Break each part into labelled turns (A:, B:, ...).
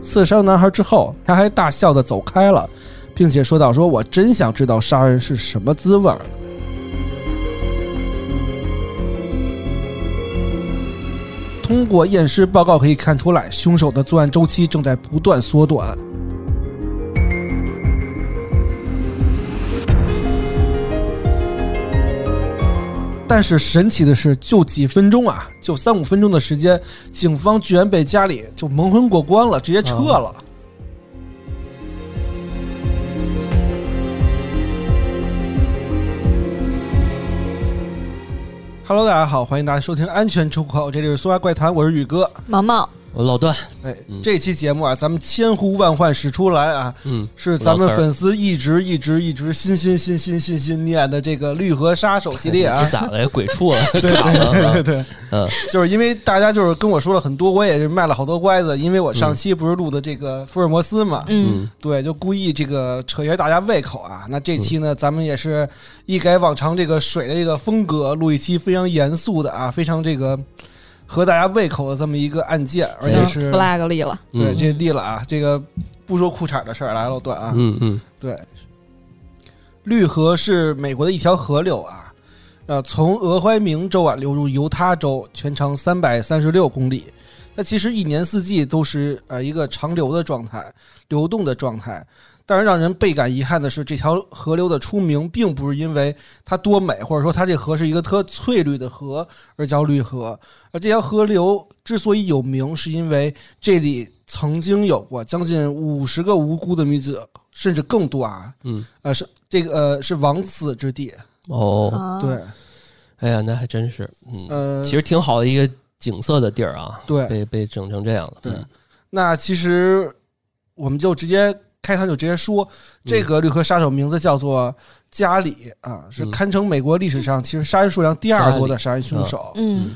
A: 刺伤男孩之后，他还大笑的走开了，并且说道：“说我真想知道杀人是什么滋味儿。”通过验尸报告可以看出来，凶手的作案周期正在不断缩短。但是神奇的是，就几分钟啊，就三五分钟的时间，警方居然被家里就蒙混过关了，直接撤了。Hello，大家好，欢迎大家收听《安全出口》，这里是《搜查怪谈》，我是宇哥。
B: 毛毛，
C: 我老段，
A: 哎
C: 嗯，
A: 这期节目啊，咱们千呼万唤始出来啊，
C: 嗯，
A: 是咱们
C: 老词儿
A: 粉丝一直一直一直心心心心心心念的这个《绿河杀手》系列啊
C: 这。咋了？鬼畜了，
A: 对
C: 卡了
A: 对对，
C: 嗯，
A: 就是因为大家就是跟我说了很多，我也是卖了好多乖子，因为我上期不是录的这个福尔摩斯嘛，
B: 嗯，
C: 嗯，
A: 对，就故意这个扯一下大家胃口啊。那这期呢，咱们也是一改往常这个水的这个风格，录一期非常严肃的啊，非常这个合大家胃口的这么一个案件，而且
B: 行
A: 是
B: ，flag 立了，
A: 对
C: 嗯
A: 这立了啊，这个不说裤衩的事儿来了，段啊，
C: 嗯嗯
A: 对，绿河是美国的一条河流啊，呃，从俄亥明州啊流入犹他州，全长三百三十六公里。它其实一年四季都是呃一个长流的状态，流动的状态。但是让人倍感遗憾的是，这条河流的出名并不是因为它多美，或者说它这河是一个特翠绿的河而叫绿河。而这条河流之所以有名，是因为这里曾经有过将近五十个无辜的女子，甚至更多啊，
C: 嗯，
A: 呃，是这个呃是枉死之地，
C: 哦，
B: 啊，
A: 对，
C: 哎呀，那还真是，嗯，
A: 呃，
C: 其实挺好的一个景色的地儿啊，
A: 对
C: 被被整成这样了，
A: 对
C: 嗯，
A: 那其实我们就直接开场就直接说，这个绿河杀手名字叫做加里啊，是
C: 嗯
A: 堪称美国历史上其实杀人数量第二多的杀人凶手。
B: 嗯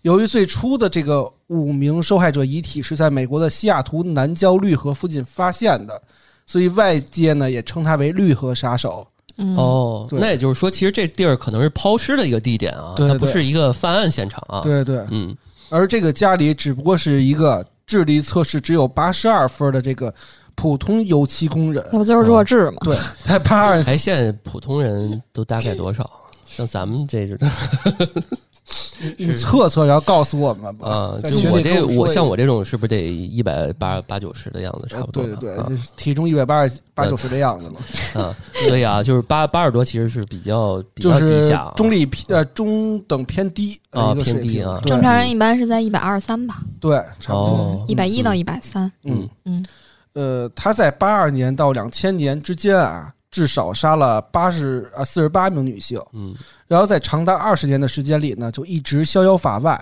A: 由于最初的这个五名受害者遗体是在美国的西雅图南郊绿河附近发现的，所以外界呢也称它为绿河杀手。
B: 嗯，
C: 哦，
A: 对
C: 那也就是说，其实这地儿可能是抛尸的一个地点啊，
A: 对对
C: 它不是一个犯案现场啊，，
A: 对对，
C: 嗯
A: 而这个家里只不过是一个智力测试只有八十二分的这个普通油漆工人，
B: 那不就是弱智吗？
A: 对，才八 二，
C: 哎，现在普通人都大概多少？像咱们这种
A: 你测测，然后告诉我们吧。
C: 啊，
A: 在
C: 就
A: 群
C: 我
A: 里跟
C: 这
A: 我们
C: 我
A: 说一
C: 像
A: 下
C: 我这种是不是得一百八八九十的样子，差不多
A: 对
C: 吧？
A: 对对，
C: 啊
A: 就是体重一百八十八九十的样子嘛，
C: 啊，所以啊，就是八八十多其实是比较比
A: 就
C: 较低
A: 是
C: 下啊，
A: 中立偏呃中等偏低呃
C: 啊
A: 一个水
C: 偏低
A: 平
C: 啊
B: 正
A: 对
B: 常人一般是在一百二三吧，
A: 对，差不多。
C: 哦，
B: 一百一到一百三，
A: 嗯
B: 嗯，
A: 呃，他在八二年到两千年之间啊，至少杀了八十啊四十八名女性，
C: 嗯
A: 然后在长达二十年的时间里呢，就一直逍遥法外。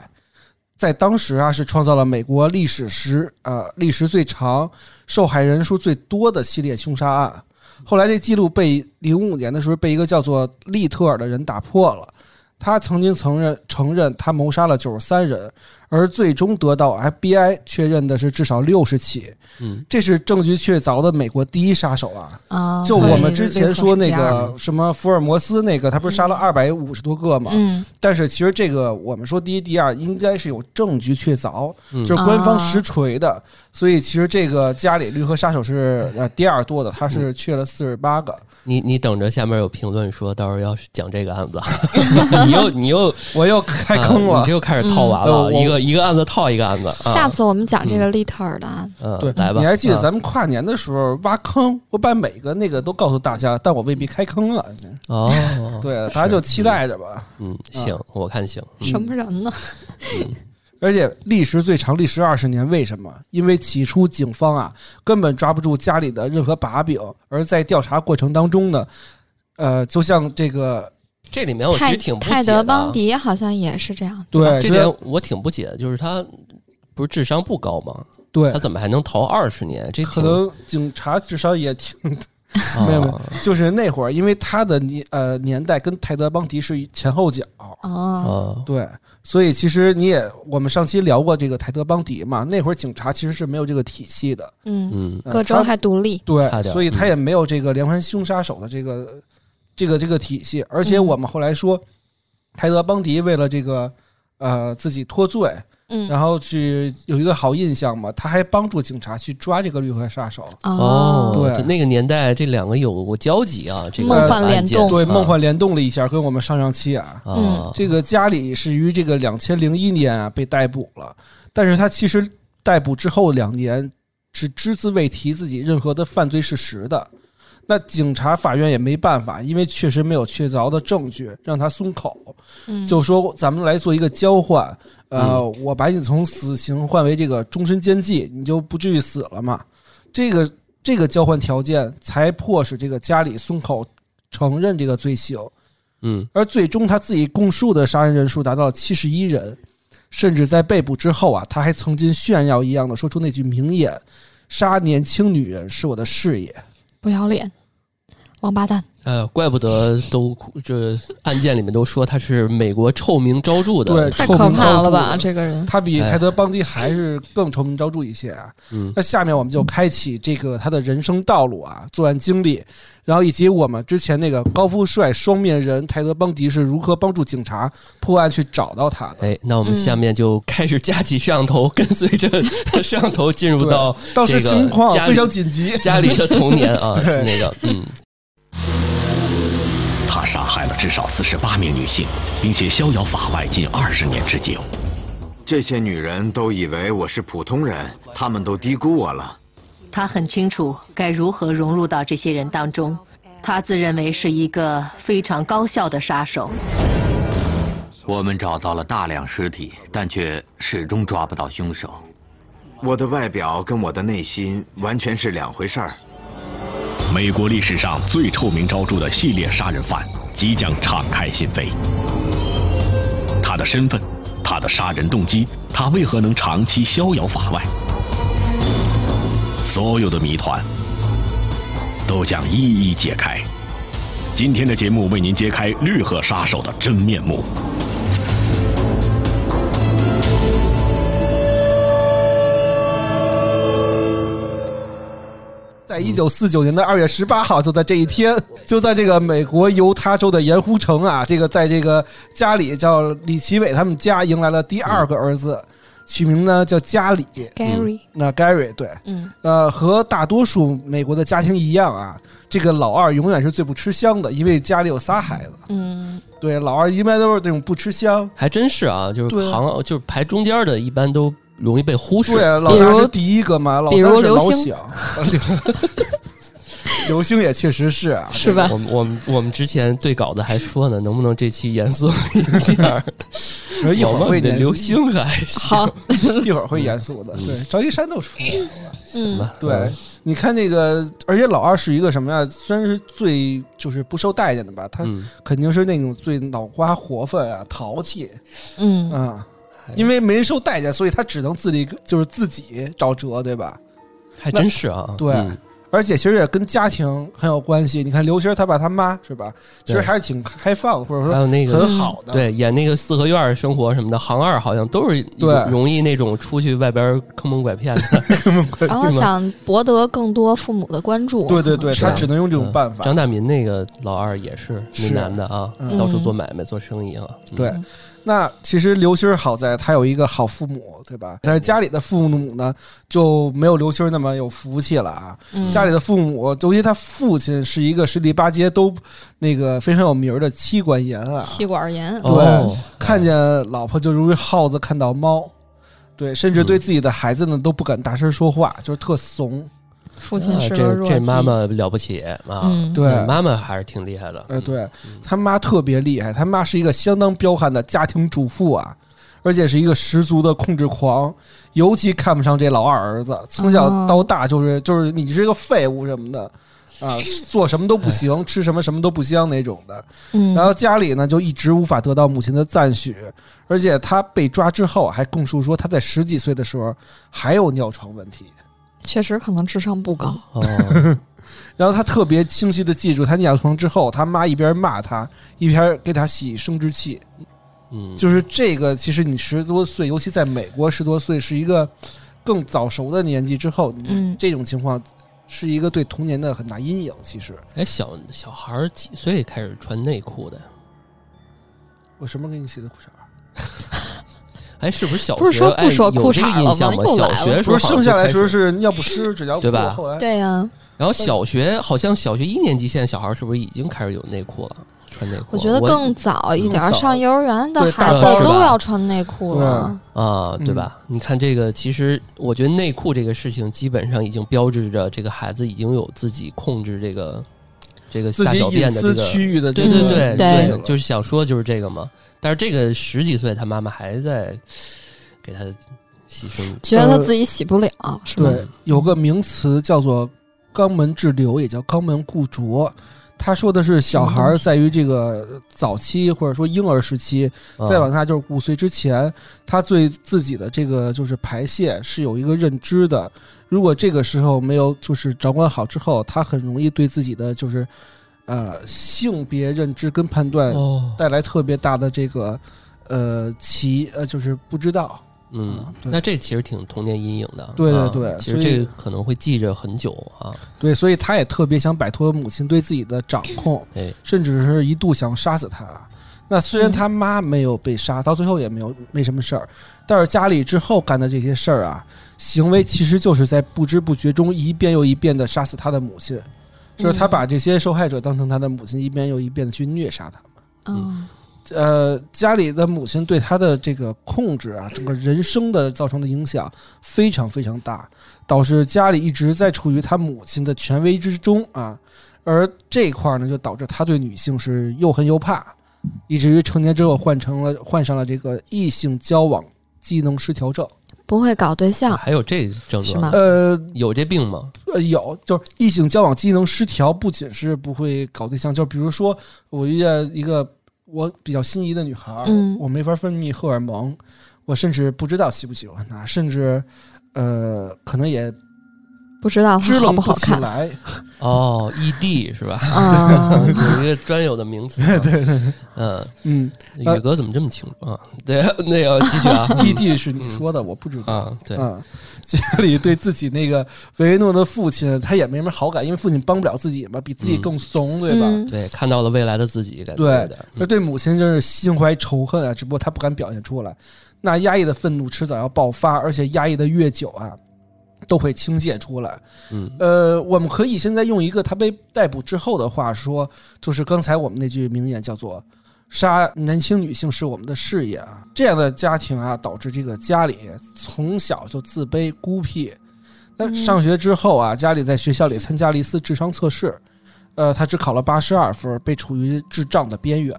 A: 在当时啊，是创造了美国历史时呃历时最长、受害人数最多的系列凶杀案。后来这记录被零五年的时候被一个叫做利特尔的人打破了。他曾经承认承认他谋杀了九十三人，而最终得到 FBI 确认的是至少六十起。
C: 嗯，
A: 这是证据确凿的美国第一杀手啊！
B: 啊，
A: 就
B: 所以
A: 我们之前说那
B: 六乘以二
A: 个什么福尔摩斯那个，他不是杀了二百五十多个吗？
B: 嗯，
A: 但是其实这个我们说第一、第二应该是有证据确凿，
C: 嗯
A: 就是官方实锤的，
B: 哦
A: 所以其实这个加里绿河杀手是呃第二多的，他是确了四十八个。
C: 你你等着，下面有评论说到时候要是讲这 个案子，你又你又
A: 我又开坑
C: 啊
A: 了，
C: 你这又开始套娃
A: 嗯
C: 了，
A: 呃我
C: 一个一个案子套一个案子。啊、
B: 下次我们讲这个利特尔的啊案子，
C: 嗯，
A: 对，
C: 来吧，
A: 你还记得
C: 啊
A: 咱们跨年的时候挖坑，我把每个那个都告诉大家，但我未必开坑了。
C: 哦，
A: 对，大家就期待着吧。
C: 嗯，行，我看行，
B: 什么人呢？
A: 而且历时最长，历时二十年，为什么？因为起初警方啊根本抓不住家里的任何把柄，而在调查过程当中呢，呃，就像这个
C: 这里面哎我其
B: 泰
C: 实挺不
B: 泰
C: 解
B: 德
C: 的。啊
B: 邦迪好像也是这样，
A: 对，
C: 这
A: 就
C: 点
A: 像
C: 我挺不解的，就是他不是智商不高吗？
A: 对
C: 他，怎么还能逃二十年？这挺
A: 可能警察智商也 挺，
C: 啊
A: 没有没有就是那会儿，因为他的年呃年代跟泰德邦迪是前后脚，
B: 哦，
C: 啊，
A: 对，所以其实你也我们上期聊过这个泰德邦迪嘛，那会儿警察其实是没有这个体系的，
B: 嗯，
C: 嗯
A: 呃
B: 各州
A: 他
B: 还独立，
A: 对，
C: 差点嗯
A: 所以他也没有这个连环凶杀手的这个这个这个体系，而且我们后来说，泰德邦迪为了这个。呃自己脱罪，
B: 嗯，
A: 然后去有一个好印象嘛。他还帮助警察去抓这个绿河杀手。
B: 哦，嗯
A: 对
C: 这那个年代这两个有过交集啊，这个
A: 梦
B: 幻联
C: 案件
B: 动嗯
A: 对，
C: 啊
A: 梦幻联动了一下，跟我们上上期啊，
C: 啊，
A: 这个家里是于这个两千零一年啊被逮捕了，但是他其实逮捕之后两年是只字未提自己任何的犯罪事实的。那警察、法院也没办法，因为确实没有确凿的证据让他松口，
B: 嗯
A: 就说咱们来做一个交换，呃，我把你从死刑换为这个终身监禁，你就不至于死了嘛。这个这个交换条件才迫使这个家里松口承认这个罪行。
C: 嗯
A: 而最终他自己供述的杀人人数达到了七十一人，甚至在被捕之后啊，他还曾经炫耀一样的说出那句名言：“杀年轻女人是我的事业。
B: 不要脸，王八蛋，
C: 呃，怪不得都这案件里面都说他是美国臭名昭著”的，
A: 对，
B: 太
A: 臭
B: 可
A: 名昭
B: 怕了
A: 著
B: 吧？这个人，
A: 他比泰德·邦迪还是更臭名昭著一些啊。
C: 哎嗯
A: 那下面我们就开启这个他的人生道路啊，作案经历，然后以及我们之前那个高富帅双面人泰德·邦迪是如何帮助警察破案去找到他的。
C: 哎，那我们下面就开始架起摄像头，跟随 着摄像头进入
A: 对
C: 到
A: 当时
C: 这个
A: 情况
C: 家里
A: 非常紧急，
C: 家里的童年啊，
A: 对
C: 那个，嗯，
D: 他杀害了至少四十八名女性，并且逍遥法外近二十年之久。
E: 这些女人都以为我是普通人，她们都低估我了。
F: 他很清楚该如何融入到这些人当中。他自认为是一个非常高效的杀手。
D: 我们找到了大量尸体，但却始终抓不到凶手。
E: 我的外表跟我的内心完全是两回事儿。
D: 美国历史上最臭名昭著的系列杀人犯即将敞开心扉。他的身份，他的杀人动机，他为何能长期逍遥法外？所有的谜团都将一一解开。今天的节目为您揭开绿河杀手的真面目。
A: 在一九四九年的二月十八号，就在这一天，就在这个美国犹他州的盐湖城啊，这个在这个家里叫李奇伟他们家迎来了第二个儿子，取名呢叫加里。
B: Gary，
A: 那 Gary 对，
B: 嗯
A: 呃，和大多数美国的家庭一样啊，这个老二永远是最不吃香的，因为家里有仨孩子。
B: 嗯，
A: 对，老二一般都是那种不吃香。
C: 还真是啊，就
A: 对
C: 是行，就是排中间的，一般都容易被忽视。
A: 对，啊老大是第一个嘛，老
B: 比
A: 三
B: 如
A: 是老
B: 刘星
A: 小。 刘星也确实是啊，
B: 是吧？
C: 我们我们我们之前对稿子还说呢，能不能这期严肃一 点儿？
A: 一会
C: 我
A: 儿会
C: 们的
A: 严
C: 流
A: 肃，
C: 星还行
B: 好，
A: 一会儿会严肃的。对，张一山都出来了。
B: 嗯，
C: 吧？
A: 对，你看那个，而且老二是一个什么呀？虽然是最就是不受待见的吧，他
C: 嗯，
A: 肯定是那种最脑瓜活泛啊、淘气
B: 嗯，
A: 啊、
C: 还
A: 因为没人受待见，所以他只能自己就是自己找辙，对吧？
C: 还真是啊，
A: 对
C: 嗯
A: 而且其实也跟家庭很有关系。你看刘星他爸他妈是吧？其实
C: 对
A: 还是挺开放的，或者
C: 还
A: 说
C: 有那个
A: 很好的。
C: 对演那个四合院儿生活什么的，行二好像都是
A: 对
C: 容易那种出去外边儿坑蒙拐骗的，
B: 然后想博得更多父母的关注，
A: 对对对，
B: 可能
A: 他
B: 是
A: 只能用 这种办法。
C: 嗯张大民那个老二也是
A: 是
C: 闽南的啊，
A: 嗯
C: 到处做买卖做生意啊。嗯
A: 对，那其实刘星儿好在他有一个好父母，对吧？但是家里的父母呢，就没有刘星儿那么有福气了啊。
B: 嗯
A: 家里的父母，尤其他父亲是一个十里八街都那个非常有名儿的妻管严啊，
B: 气管炎，
A: 对
C: 哦
A: 看见老婆就如耗子看到猫，对，甚至对自己的孩子呢都不敢大声说话，就是特怂。
B: 父亲是
C: 啊
B: 个
C: 这
B: 弱
C: 这
B: 鸡
C: 妈，妈了不起啊！
B: 嗯，
A: 对
C: 那妈妈还是挺厉害的。
A: 呃，对他妈特别厉害，他妈是一个相当彪悍的家庭主妇啊，而且是一个十足的控制狂，尤其看不上这老二儿子，从小到大就是、就是你是个废物什么的。啊，做什么都不行，吃什么什么都不香那种的。
B: 嗯，
A: 然后家里呢就一直无法得到母亲的赞许，而且他被抓之后还供述说他在十几岁的时候还有尿床问题。
B: 确实可能智商不高，
C: 哦，
A: 然后他特别清晰的记住，他尿床之后，他妈一边骂他，一边给他洗生殖器。
C: 嗯，
A: 就是这个，其实你十多岁，尤其在美国十多岁是一个更早熟的年纪之后，你
B: 嗯
A: 这种情况是一个对童年的很大阴影。其实
C: 哎，小小孩儿几岁开始穿内裤的呀？
A: 我什么时候给你洗的裤衩儿？
C: 哎，是不是小学
B: 不是说不说
C: 哎有
B: 裤
C: 这个
B: 衩
C: 印
B: 了
C: 象
B: 吗
C: 吗？
B: 又来
C: 小
B: 了
C: 学时
A: 不
C: 候
A: 是
C: 好像
A: 生下来时
C: 就开
A: 候
C: 始，
A: 是尿不湿、纸尿裤，
C: 对吧
A: 后来
B: 嗯对呀、
C: 然后小学好像小学一年级，现在小孩是不是已经开始有内裤了？穿内裤了？
B: 我觉得更早一点
A: 更
B: 儿，
A: 嗯早
B: 上幼儿园的
A: 对
B: 孩
A: 大
B: 子
A: 班
C: 是吧
B: 都要穿内裤了。
C: 啊，
A: 嗯
C: 对吧？你看这个，其实我觉得内裤这个事情，基本上已经标志着这个孩子已经有自己控制这个这个
A: 自
C: 大
A: 己
C: 小
A: 隐
C: 便的
A: 私
C: 这个。
A: 区域的这
C: 对
A: 个
C: 对对
B: 嗯对
C: 就是想说就是这个嘛。但是这个十几岁，他妈妈还在给他洗身体。
B: 觉得他自己洗不了，是吧？
A: 呃
C: 嗯
A: 对，有个名词叫做肛门滞留，也叫肛门固着。他说的是小孩
C: 嗯
A: 儿在于这个早期或者说婴儿时期，
C: 啊
A: 再往下就是五岁之前，他对自己的这个就是排泄是有一个认知的。如果这个时候没有就是掌管好之后，他很容易对自己的就是呃性别认知跟判断
C: 哦，
A: 带来特别大的这个呃歧呃就是不知道。
C: 嗯，
A: 啊对
C: 那这其实挺童年阴影的。
A: 对对
C: 啊
A: 对
C: 其
A: 所
C: 实
A: 以
C: 这个可能会记着很久啊。
A: 对，所以他也特别想摆脱母亲对自己的掌控，
C: 哎，
A: 甚至是一度想杀死他。那虽然他妈没有被杀，到最后也没有没什么事儿，但是家里之后干的这些事儿啊，行为其实就是在不知不觉中一遍又一遍的杀死他的母亲，就是他把这些受害者当成他的母亲，一遍又一遍的去虐杀他们。
B: 嗯，
A: 呃，家里的母亲对他的这个控制啊，整个人生的造成的影响非常非常大，导致家里一直在处于他母亲的权威之中啊。而这一块儿呢，就导致他对女性是又恨又怕，以至于成年之后患成了患上了这个异性交往机能失调症。
B: 不会搞对象，
C: 还有这症
B: 是吗
C: 状，
A: 呃，
C: 有这病吗？
A: 呃，有，就是异性交往机能失调，不仅是不会搞对象，就比如说我遇见一个我比较心仪的女孩儿，
B: 嗯
A: 我没法分泌荷尔蒙，我甚至不知道喜不喜欢她，甚至呃，可能也
B: 不知道
A: 支
B: 他哦好
A: 棱
B: 不好
A: 起
B: 看
A: 来。
C: 哦，ED 是吧？？
B: 啊
C: 有一个专有的名词。对 对嗯，
A: 嗯呃
C: 宇哥怎么这么清楚啊？ 对，那个继续 啊
A: 异地，E 是你说的，我不知道。
C: 啊，对，
A: 嗯，家里对自己那个唯维诺的父亲，他也没什么好感，因为父亲帮不了自己嘛，比
C: 嗯
A: 自己更怂， 对吧？
B: 嗯
C: 对，看到了未来的自己，感觉
A: 对
C: 有点，
A: 那对母亲真是心怀仇恨啊，只不过他不敢表现出来。那压抑的愤怒迟早要爆发，而且压抑的越久啊，都会倾泻出来。
C: 嗯
A: 呃，我们可以现在用一个他被逮捕之后的话说，就是刚才我们那句名言叫做“杀年轻女性是我们的事业”啊。这样的家庭啊，导致这个家里从小就自卑孤僻。那
B: 嗯
A: 上学之后啊，家里在学校里参加了一次智商测试，呃，他只考了八十二分，被处于智障的边缘。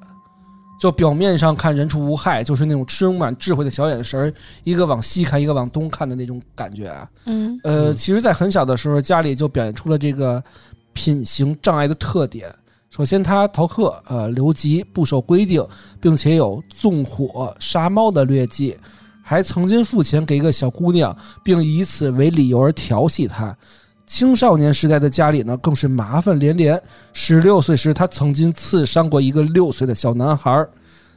A: 就表面上看人畜无害，就是那种充满智慧的小眼神儿，一个往西看，一个往东看的那种感觉啊。
B: 嗯
A: 呃，
C: 嗯
A: 其实，在很小的时候，家里就表现出了这个品行障碍的特点。首先，他逃课、呃留级、不守规定，并且有纵火、杀猫的劣迹，还曾经付钱给一个小姑娘，并以此为理由而调戏她。青少年时代的家里呢，更是麻烦连连。十六岁时，他曾经刺伤过一个六岁的小男孩儿，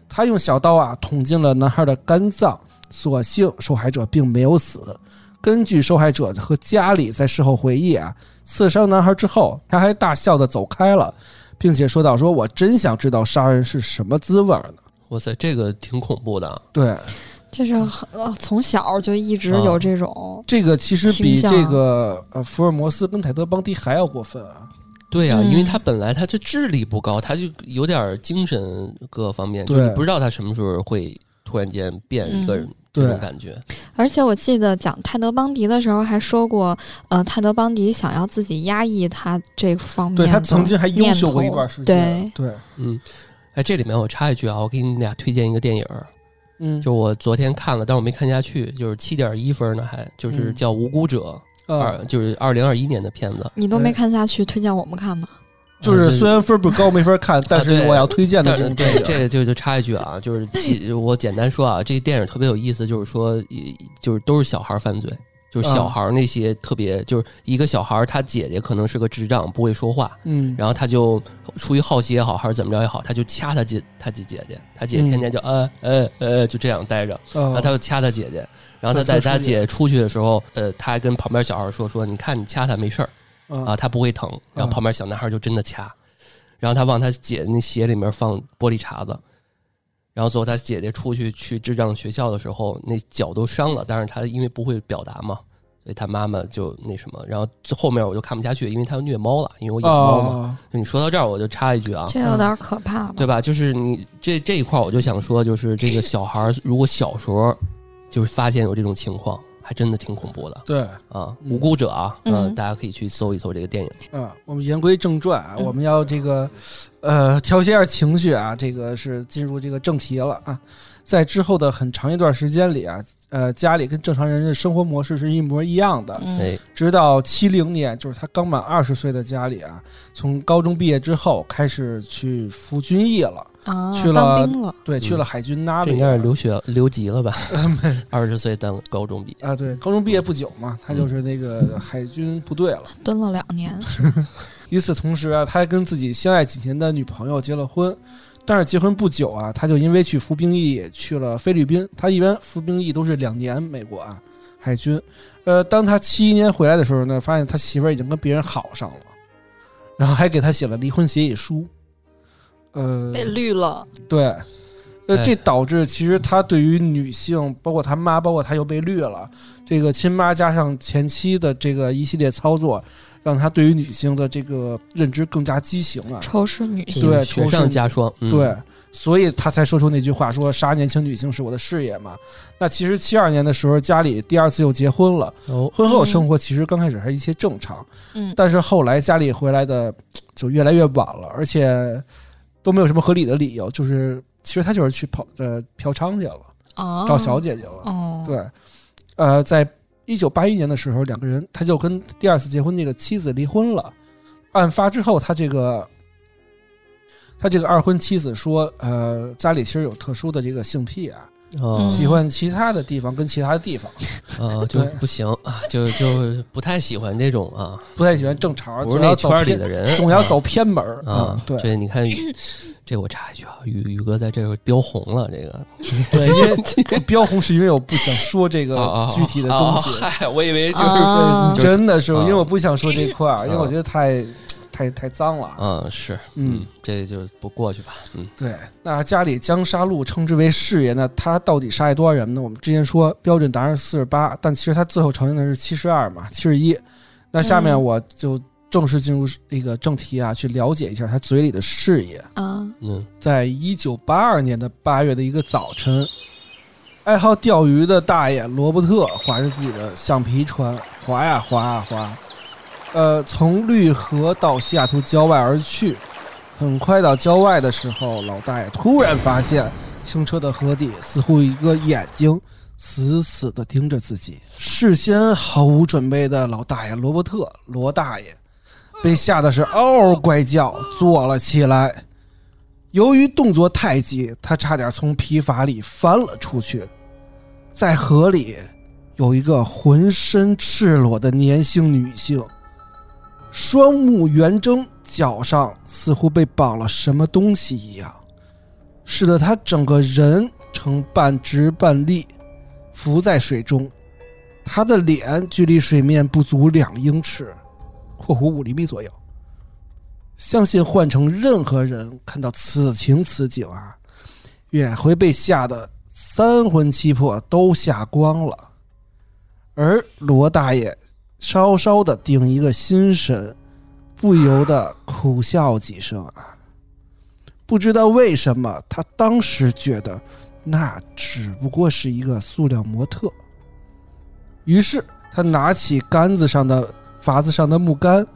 A: 他用小刀啊捅进了男孩的肝脏，所幸受害者并没有死。根据受害者和家里在事后回忆啊，刺伤男孩之后，他还大笑的走开了，并且说到：“说我真想知道杀人是什么滋味儿呢。
C: 哇塞，这个挺恐怖的啊。”
A: 对，
B: 这是很呃从小就一
A: 啊
B: 直有这种，
A: 这个其实比
B: 倾向
A: 这个呃福尔摩斯跟泰德邦迪还要过分啊。
C: 对呀、
B: 嗯
C: 因为他本来他就智力不高，他就有点精神各方面，就
A: 对
C: 你不知道他什么时候会突然间变一个人，
A: 对
C: 这种感觉。
B: 而且我记得讲泰德邦迪的时候还说过，呃，泰德邦迪想要自己压抑他这方面的
A: 对
B: 念
A: 他
B: 头，
A: 曾经还优秀过一段时间
B: 对。，
A: 对，
C: 嗯，哎，这里面我插一句啊，我给你俩推荐一个电影儿，
A: 嗯，
C: 就我昨天看了，但我没看下去，就是七点一分呢，还就是
A: 嗯
C: 叫《无辜者》
A: 呃，
C: 二，就是二零二一年的片子。
B: 你都没看下去，推荐我们看呢。
A: 就是虽
C: 虽然。
A: 然分儿不高没法看，但是
C: 对
A: 我要推荐的
C: 但
A: 这
C: 是
A: 部电
C: 对
A: 影，
C: 这个就就插一句啊，就是 其我简单说啊，这电影特别有意思，就是说，一就是都是小孩犯罪，就是
A: 嗯
C: 小孩那些特别，就是一个小孩他姐姐可能是个智障，不会说话，
A: 嗯，
C: 然后他就出于好奇也好，还是怎么着也好，他就掐他姐他姐姐姐，他姐
A: 嗯
C: 天天就呃呃呃就这样待着，然后
A: 呃
C: 他就掐他姐姐，然后他带他姐出去的时候，呃，他还跟旁边小孩说说，你看你掐他没事儿。啊，
A: 啊，
C: 他不会疼。然后旁边小男孩就真的掐，然后他往他姐那鞋里面放玻璃碴子，然后最后他姐姐出去去智障学校的时候，那脚都伤了，但是他因为不会表达嘛，所以他妈妈就那什么。然后后面我就看不下去，因为他虐猫了，因为我养猫嘛。
A: 哦，
C: 就你说到这儿，我就插一句啊，
B: 这有点可怕吧？
C: 对吧？就是你这这一块，我就想说，就是这个小孩儿如果小时候就是发现有这种情况，还真的挺恐怖的
A: 对，
C: 啊！
A: 嗯
C: 无辜者啊，呃
B: 嗯
C: 大家可以去搜一搜这个电影。
A: 嗯，我们言归正传啊，
B: 嗯
A: 我们要这个，呃，调节一下情绪啊，这个是进入这个正题了啊。在之后的很长一段时间里啊，呃，家里跟正常人的生活模式是一模一样的，
B: 嗯，
C: 哎，
A: 直到七零年，就是他刚满二十岁的家里啊，从高中毕业之后开始去服军役了，
B: 啊，
A: 去了
B: 当兵了，
A: 对，去了海军 n a
C: 这
A: v
C: 应该是留学留 级了吧？二十岁当高中毕业，
A: 啊，对，高中毕业不久嘛，他
C: 嗯
A: 就是那个海军部队了。
B: 蹲了两年。
A: 与此同时啊，他还跟自己相爱几年的女朋友结了婚，但是结婚不久啊，他就因为去服兵役去了菲律宾。他一般服兵役都是两年，美国啊海军。呃，当他七一年回来的时候呢，发现他媳妇儿已经跟别人好上了，然后还给他写了离婚协议书。呃，
B: 被绿了，
A: 对，呃，
C: 哎
A: 这导致其实他对于女性，包括他妈，包括他又被绿了，这个亲妈加上前妻的这个一系列操作，让他对于女性的这个认知更加畸形了。
B: 仇视女性，
A: 对
C: 雪
A: 仇视
C: 上
A: 你
C: 加霜。嗯、
A: 对，所以他才说出那句话，说杀年轻女性是我的事业嘛。那其实七二年的时候，家里第二次又结婚了，
C: 哦，
A: 婚后
B: 嗯
A: 生活其实刚开始还一切正常，
B: 嗯，
A: 但是后来家里回来的就越来越晚了，而且都没有什么合理的理由，就是其实他就是去跑呃嫖娼去了，
B: 哦，
A: 找小姐姐了。
B: 哦，，
A: 对，呃，在一九八一年的时候，两个人他就跟第二次结婚那个妻子离婚了。案发之后，他这个他这个二婚妻子说，呃，家里其实有特殊的这个性癖啊，
C: 哦
B: 嗯
A: 喜欢其他的地方跟其他的地方，
C: 呃，就
A: 对
C: 不行啊，就就不太喜欢这种啊，
A: 不太喜欢正常，
C: 不是
A: 总
C: 那
A: 要走
C: 圈里
A: 偏，
C: 的人，
A: 总要走偏门儿
C: 啊
A: 嗯。对，
C: 这你看，这我插一句啊，宇宇哥在这儿标红了，这个
A: 对，因 为标红是因为我不想说这个
C: 啊
A: 具体的东西，
C: 嗨，我以为就是
B: 啊
A: 对，真的是
C: 啊
A: 因为我不想说这块儿，因为我觉得太太太脏了啊。
C: 嗯是，
A: 嗯，，
C: 这就不过去吧，嗯，
A: 对。那家里将杀戮称之为事业，那他到底杀了多少人呢？我们之前说标准答案是四十八，但其实他最后承认的是七十二嘛，七十一。那下面
B: 嗯
A: 我就正式进入那个正题啊，去了解一下他嘴里的事业。
B: 啊，
C: 嗯，
A: 在一九八二年的八月的一个早晨，爱好钓鱼的大爷罗伯特划着自己的橡皮船，划呀划呀划，呃，从绿河到西雅图郊外而去。很快到郊外的时候，老大爷突然发现清澈的河底似乎有一个眼睛死死地盯着自己。事先毫无准备的老大爷罗伯特罗大爷，被吓得是嗷嗷怪叫，坐了起来。由于动作太急，他差点从皮筏里翻了出去。在河里，有一个浑身赤裸的年轻女性，双目圆睁，脚上似乎被绑了什么东西一样，使得她整个人呈半直半立，浮在水中。她的脸距离水面不足两英尺（括弧五厘米左右）。相信换成任何人看到此情此景啊，也会被吓得三魂七魄都吓光了。而罗大爷稍稍的定一个心神，不由得苦笑几声啊。不知道为什么，他当时觉得那只不过是一个塑料模特。于是他拿起杆子上的筏子上的木杆，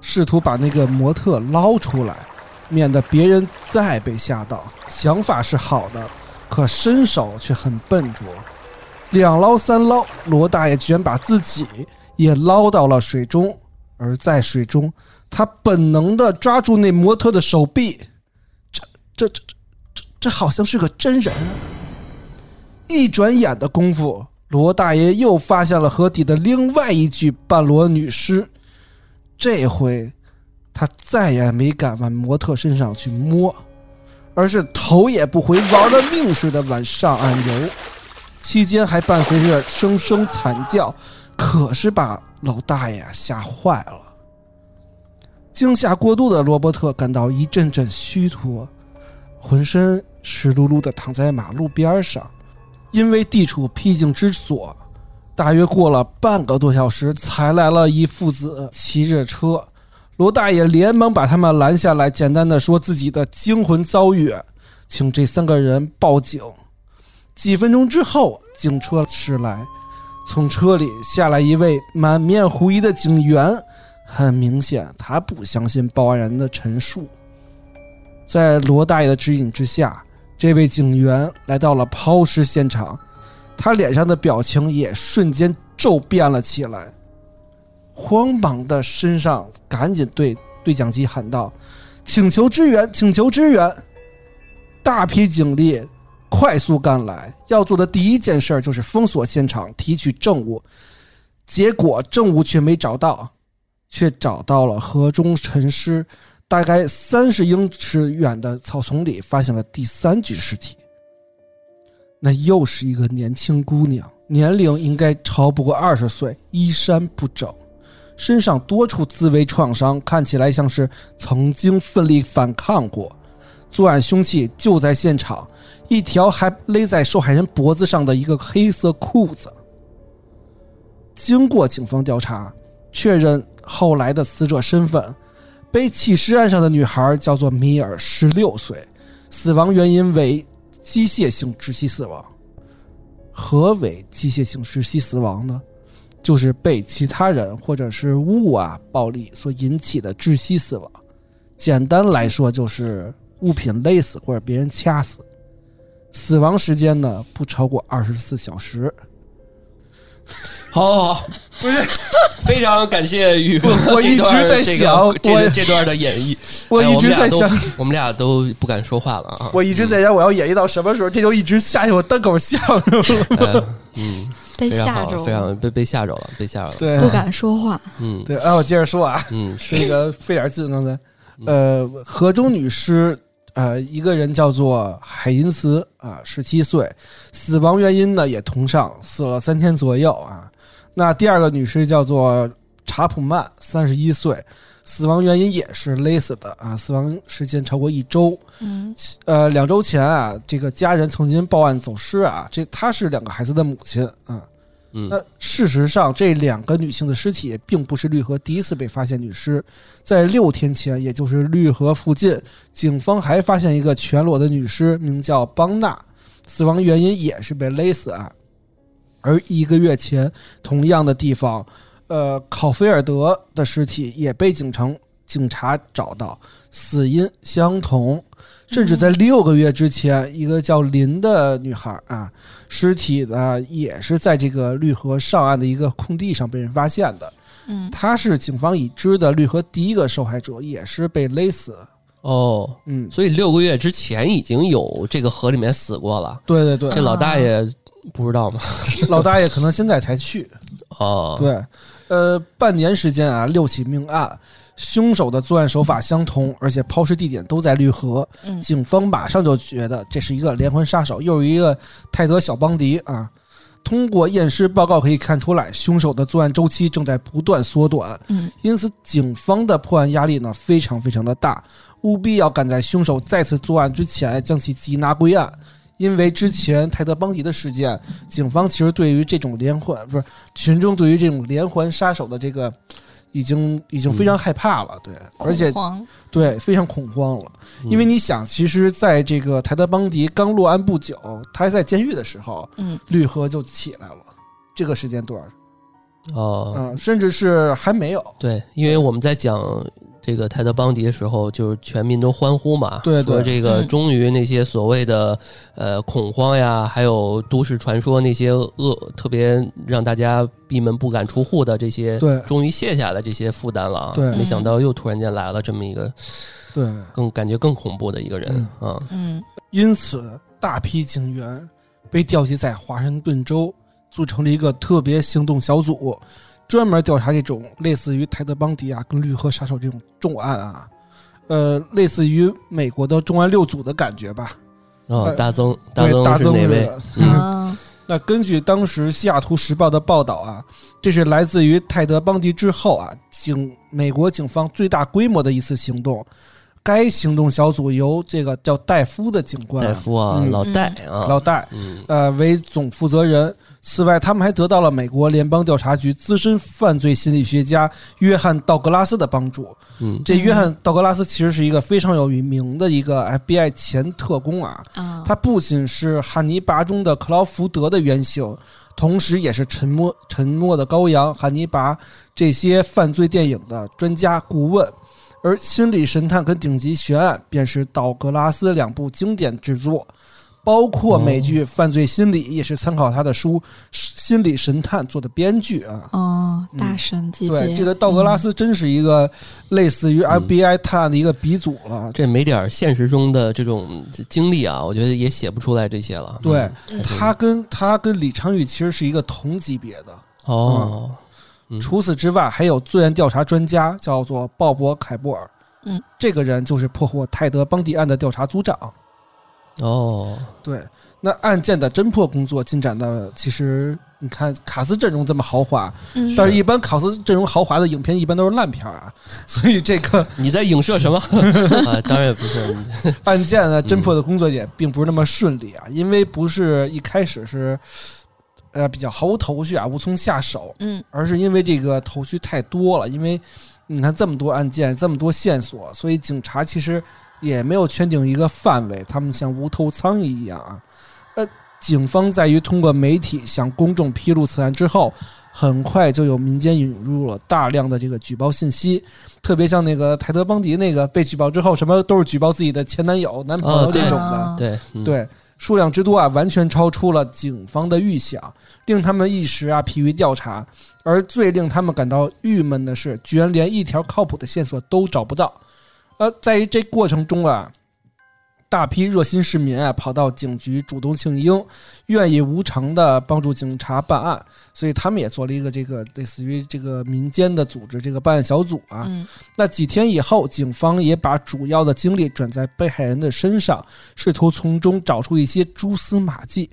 A: 试图把那个模特捞出来，免得别人再被吓到。想法是好的，可身手却很笨拙。两捞三捞，罗大爷居然把自己也捞到了水中。而在水中，他本能的抓住那模特的手臂，这这这这这这好像是个真人啊。一转眼的功夫，罗大爷又发现了河底的另外一具半裸女尸。这回他再也没敢往模特身上去摸，而是头也不回，玩了命似的往上岸游，期间还伴随着声声惨叫，可是把老大爷吓坏了。惊吓过度的罗伯特感到一阵阵虚脱，浑身湿漉漉的躺在马路边儿上。因为地处僻静之所，大约过了半个多小时，才来了一父子骑着车。罗大爷连忙把他们拦下来，简单的说自己的惊魂遭遇，请这三个人报警。几分钟之后，警车驶来，从车里下来一位满面狐疑的警员。很明显，他不相信报案人的陈述。在罗大爷的指引之下，这位警员来到了抛尸现场，他脸上的表情也瞬间骤变了起来。慌忙的身上赶紧对对讲机喊道：“请求支援，请求支援！”大批警力快速赶来，要做的第一件事就是封锁现场，提取证物。结果证物却没找到，却找到了河中沉尸，大概三十英尺远的草丛里发现了第三具尸体。那又是一个年轻姑娘，年龄应该超不过二十岁，衣衫不整，身上多处自为创伤，看起来像是曾经奋力反抗过。作案凶器就在现场，一条还勒在受害人脖子上的一个黑色裤子。经过警方调查，确认后来的死者身份，被弃尸案上的女孩叫做米尔，十六岁，死亡原因为机械性窒息死亡。何为机械性窒息死亡呢？就是被其他人或者是物啊暴力所引起的窒息死亡。简单来说，就是物品勒死或者别人掐死。死亡时间呢不超过二十四小时。
C: 好好好，不是，非常感谢宇哥
A: 我
C: 这段
A: 一直在
C: 这个
A: 想
C: 这
A: 我
C: 这这段的演绎，
A: 我
C: 哎
A: 一直
C: 们俩
A: 在
C: 都
A: 想，
C: 我们俩都不敢说话了啊，
A: 我一直在想我要演绎到什么时候，这就一直下去，我单口相声。
C: 呃 嗯，
B: 被
C: 非常
B: 吓
C: 好
B: 着
C: 非
B: 了，
C: 常被被吓着了，被吓着了，
A: 对，啊
B: 不敢说话。
C: 嗯
A: 对，哎，我接着说啊，
C: 嗯是
A: 这个费点劲刚才，呃，河中女尸，呃，一个人叫做海因茨啊，十、7七岁，死亡原因呢也同上，死了三天左右啊。那第二个女尸叫做查普曼，三十一岁，死亡原因也是勒死的啊，死亡时间超过一周。
B: 嗯
A: 呃，两周前啊，这个家人曾经报案走失啊，这她是两个孩子的母亲啊。
C: 嗯
A: 那事实上，这两个女性的尸体并不是绿河第一次被发现女尸，在六天前，也就是绿河附近，警方还发现一个全裸的女尸，名叫邦娜，死亡原因也是被勒死啊。而一个月前，同样的地方，呃，考菲尔德的尸体也被警察警察找到，死因相同。甚至在六个月之前，一个叫林的女孩啊，尸体呢也是在这个绿河上岸的一个空地上被人发现的。
B: 嗯，
A: 她是警方已知的绿河第一个受害者，也是被勒死。
C: 哦，
A: 嗯，
C: 所以六个月之前已经有这个河里面死过了，
A: 对对对
C: 这，老大爷不知道吗？
A: 老大爷可能现在才去。
C: 哦，，
A: 对，呃，半年时间啊，六起命案，凶手的作案手法相同，而且抛尸地点都在绿河。
B: 嗯
A: 警方马上就觉得这是一个连环杀手，又是一个泰德小邦迪啊。通过验尸报告可以看出来，凶手的作案周期正在不断缩短，
B: 嗯，
A: 因此警方的破案压力呢非常非常的大，务必要赶在凶手再次作案之前将其缉拿归案。因为之前泰德邦迪的事件，警方其实对于这种连环不是群众对于这种连环杀手的这个已经已经非常害怕了，对，而且
B: 恐慌
A: 对，非常恐慌了，因
C: 嗯
A: 为你想，其实在这个泰德邦迪刚落案不久，他还在监狱的时候，
B: 嗯，
A: 绿河就起来了，这个时间段，
C: 哦，
A: 嗯，甚至是还没有，
C: 对，因为我们在讲这个泰德·邦迪的时候，就是全民都欢呼嘛，
A: 对对
C: 说这个
B: 嗯
C: 终于那些所谓的、呃恐慌呀，还有都市传说那些恶特别让大家闭门不敢出户的这些，
A: 对
C: 终于卸下来这些负担了啊。
A: 对
C: 没想到又突然间来了这么一个
A: 对，
C: 更感觉更恐怖的一个人啊、
B: 嗯
A: 因此大批警员被调集在华盛顿州，组成了一个特别行动小组，专门调查这种类似于泰德邦迪啊跟绿河杀手这种重案啊，呃，类似于美国的重案六组的感觉吧，
C: 啊！
A: 呃
C: 大增，大
A: 对，大
C: 增是
A: 增
C: 哪位
A: 的？
C: 嗯
B: 啊
A: 那根据当时《西雅图时报》的报道啊，这是来自于泰德邦迪之后啊，警美国警方最大规模的一次行动。该行动小组由这个叫戴夫的警官啊、
C: 戴夫啊，
A: 嗯
C: 老戴啊，
A: 老戴，
C: 嗯
A: 呃为总负责人。此外，他们还得到了美国联邦调查局资深犯罪心理学家约翰·道格拉斯的帮助。
C: 嗯
A: 这约翰·道格拉斯其实是一个非常有名的一个 FBI 前特工啊，
B: 啊，
A: 他不仅是汉尼拔中的克劳福德的原型，同时也是沉默沉默的羔羊、汉尼拔这些犯罪电影的专家顾问。而《心理神探》跟《顶级悬案》便是道格拉斯两部经典之作，包括美剧《犯罪心理》也是参考他的书《心理神探》做的编剧啊。
B: 哦，
A: 嗯
B: 大神级别，
A: 对，这个道格拉斯真是一个类似于 FBI 探案的一个鼻祖了。
C: 这没点儿现实中的这种经历啊，我觉得也写不出来这些了。
A: 对
B: 嗯
A: 他跟他跟李昌钰其实是一个同级别的，
C: 哦，嗯
A: 除此之外，还有罪案调查专家，叫做鲍勃·凯布尔。
B: 嗯，
A: 这个人就是破获泰德·邦迪案的调查组长。嗯
C: 哦，
A: 对，那案件的侦破工作进展的，其实你看卡斯阵容这么豪华，
B: 嗯
A: 但是一般卡斯阵容豪华的影片一般都是烂片儿啊，所以这 个
C: 你在影 射什么？啊，当然也不是，
A: 案件呢侦
B: 嗯
A: 破的工作也并不是那么顺利啊，因为不是一开始是。呃，比较毫无头绪啊，无从下手，
B: 嗯
A: 而是因为这个头绪太多了，因为嗯你看这么多案件，这么多线索，所以警察其实也没有圈定一个范围，他们像无头苍蝇一样啊。呃，警方在于通过媒体向公众披露此案之后，很快就有民间引入了大量的这个举报信息，特别像那个泰德·邦迪那个被举报之后，什么都是举报自己的前男友、男朋友
C: 哦
A: 这
C: 对
A: 种的。
B: 啊
C: 对嗯
A: 对，数量之多啊，完全超出了警方的预想，令他们一时啊疲于调查。而最令他们感到郁闷的是，居然连一条靠谱的线索都找不到。呃，在这过程中啊，大批热心市民啊跑到警局主动请缨，愿意无偿的帮助警察办案，所以他们也做了一个这个类似于这个民间的组织，这个办案小组啊。
B: 嗯
A: 那几天以后，警方也把主要的精力转在被害人的身上，试图从中找出一些蛛丝马迹。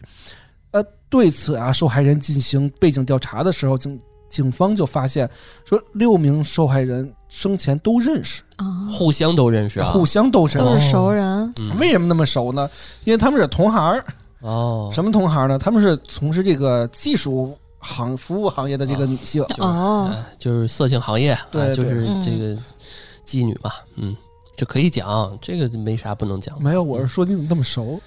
A: 呃，对此啊，受害人进行背景调查的时候，警警方就发现说，六名受害人生前都认识，
B: 啊，
C: 互相都认识啊，
A: 互相都认
B: 都
A: 识。
B: 是熟人，
C: 嗯
A: 为什么那么熟呢？因为他们是同行儿，
C: 哦，
A: 什么同行呢？他们是从事这个技术行服务行业的这个女性。
C: 就是
B: 哦，
C: 哎就是色情行业，啊
A: 对对
C: 就是
B: 嗯
C: 这个妓女嘛，嗯，这可以讲，这个没啥不能讲的。哎
A: 没有，我是说你怎么那么熟？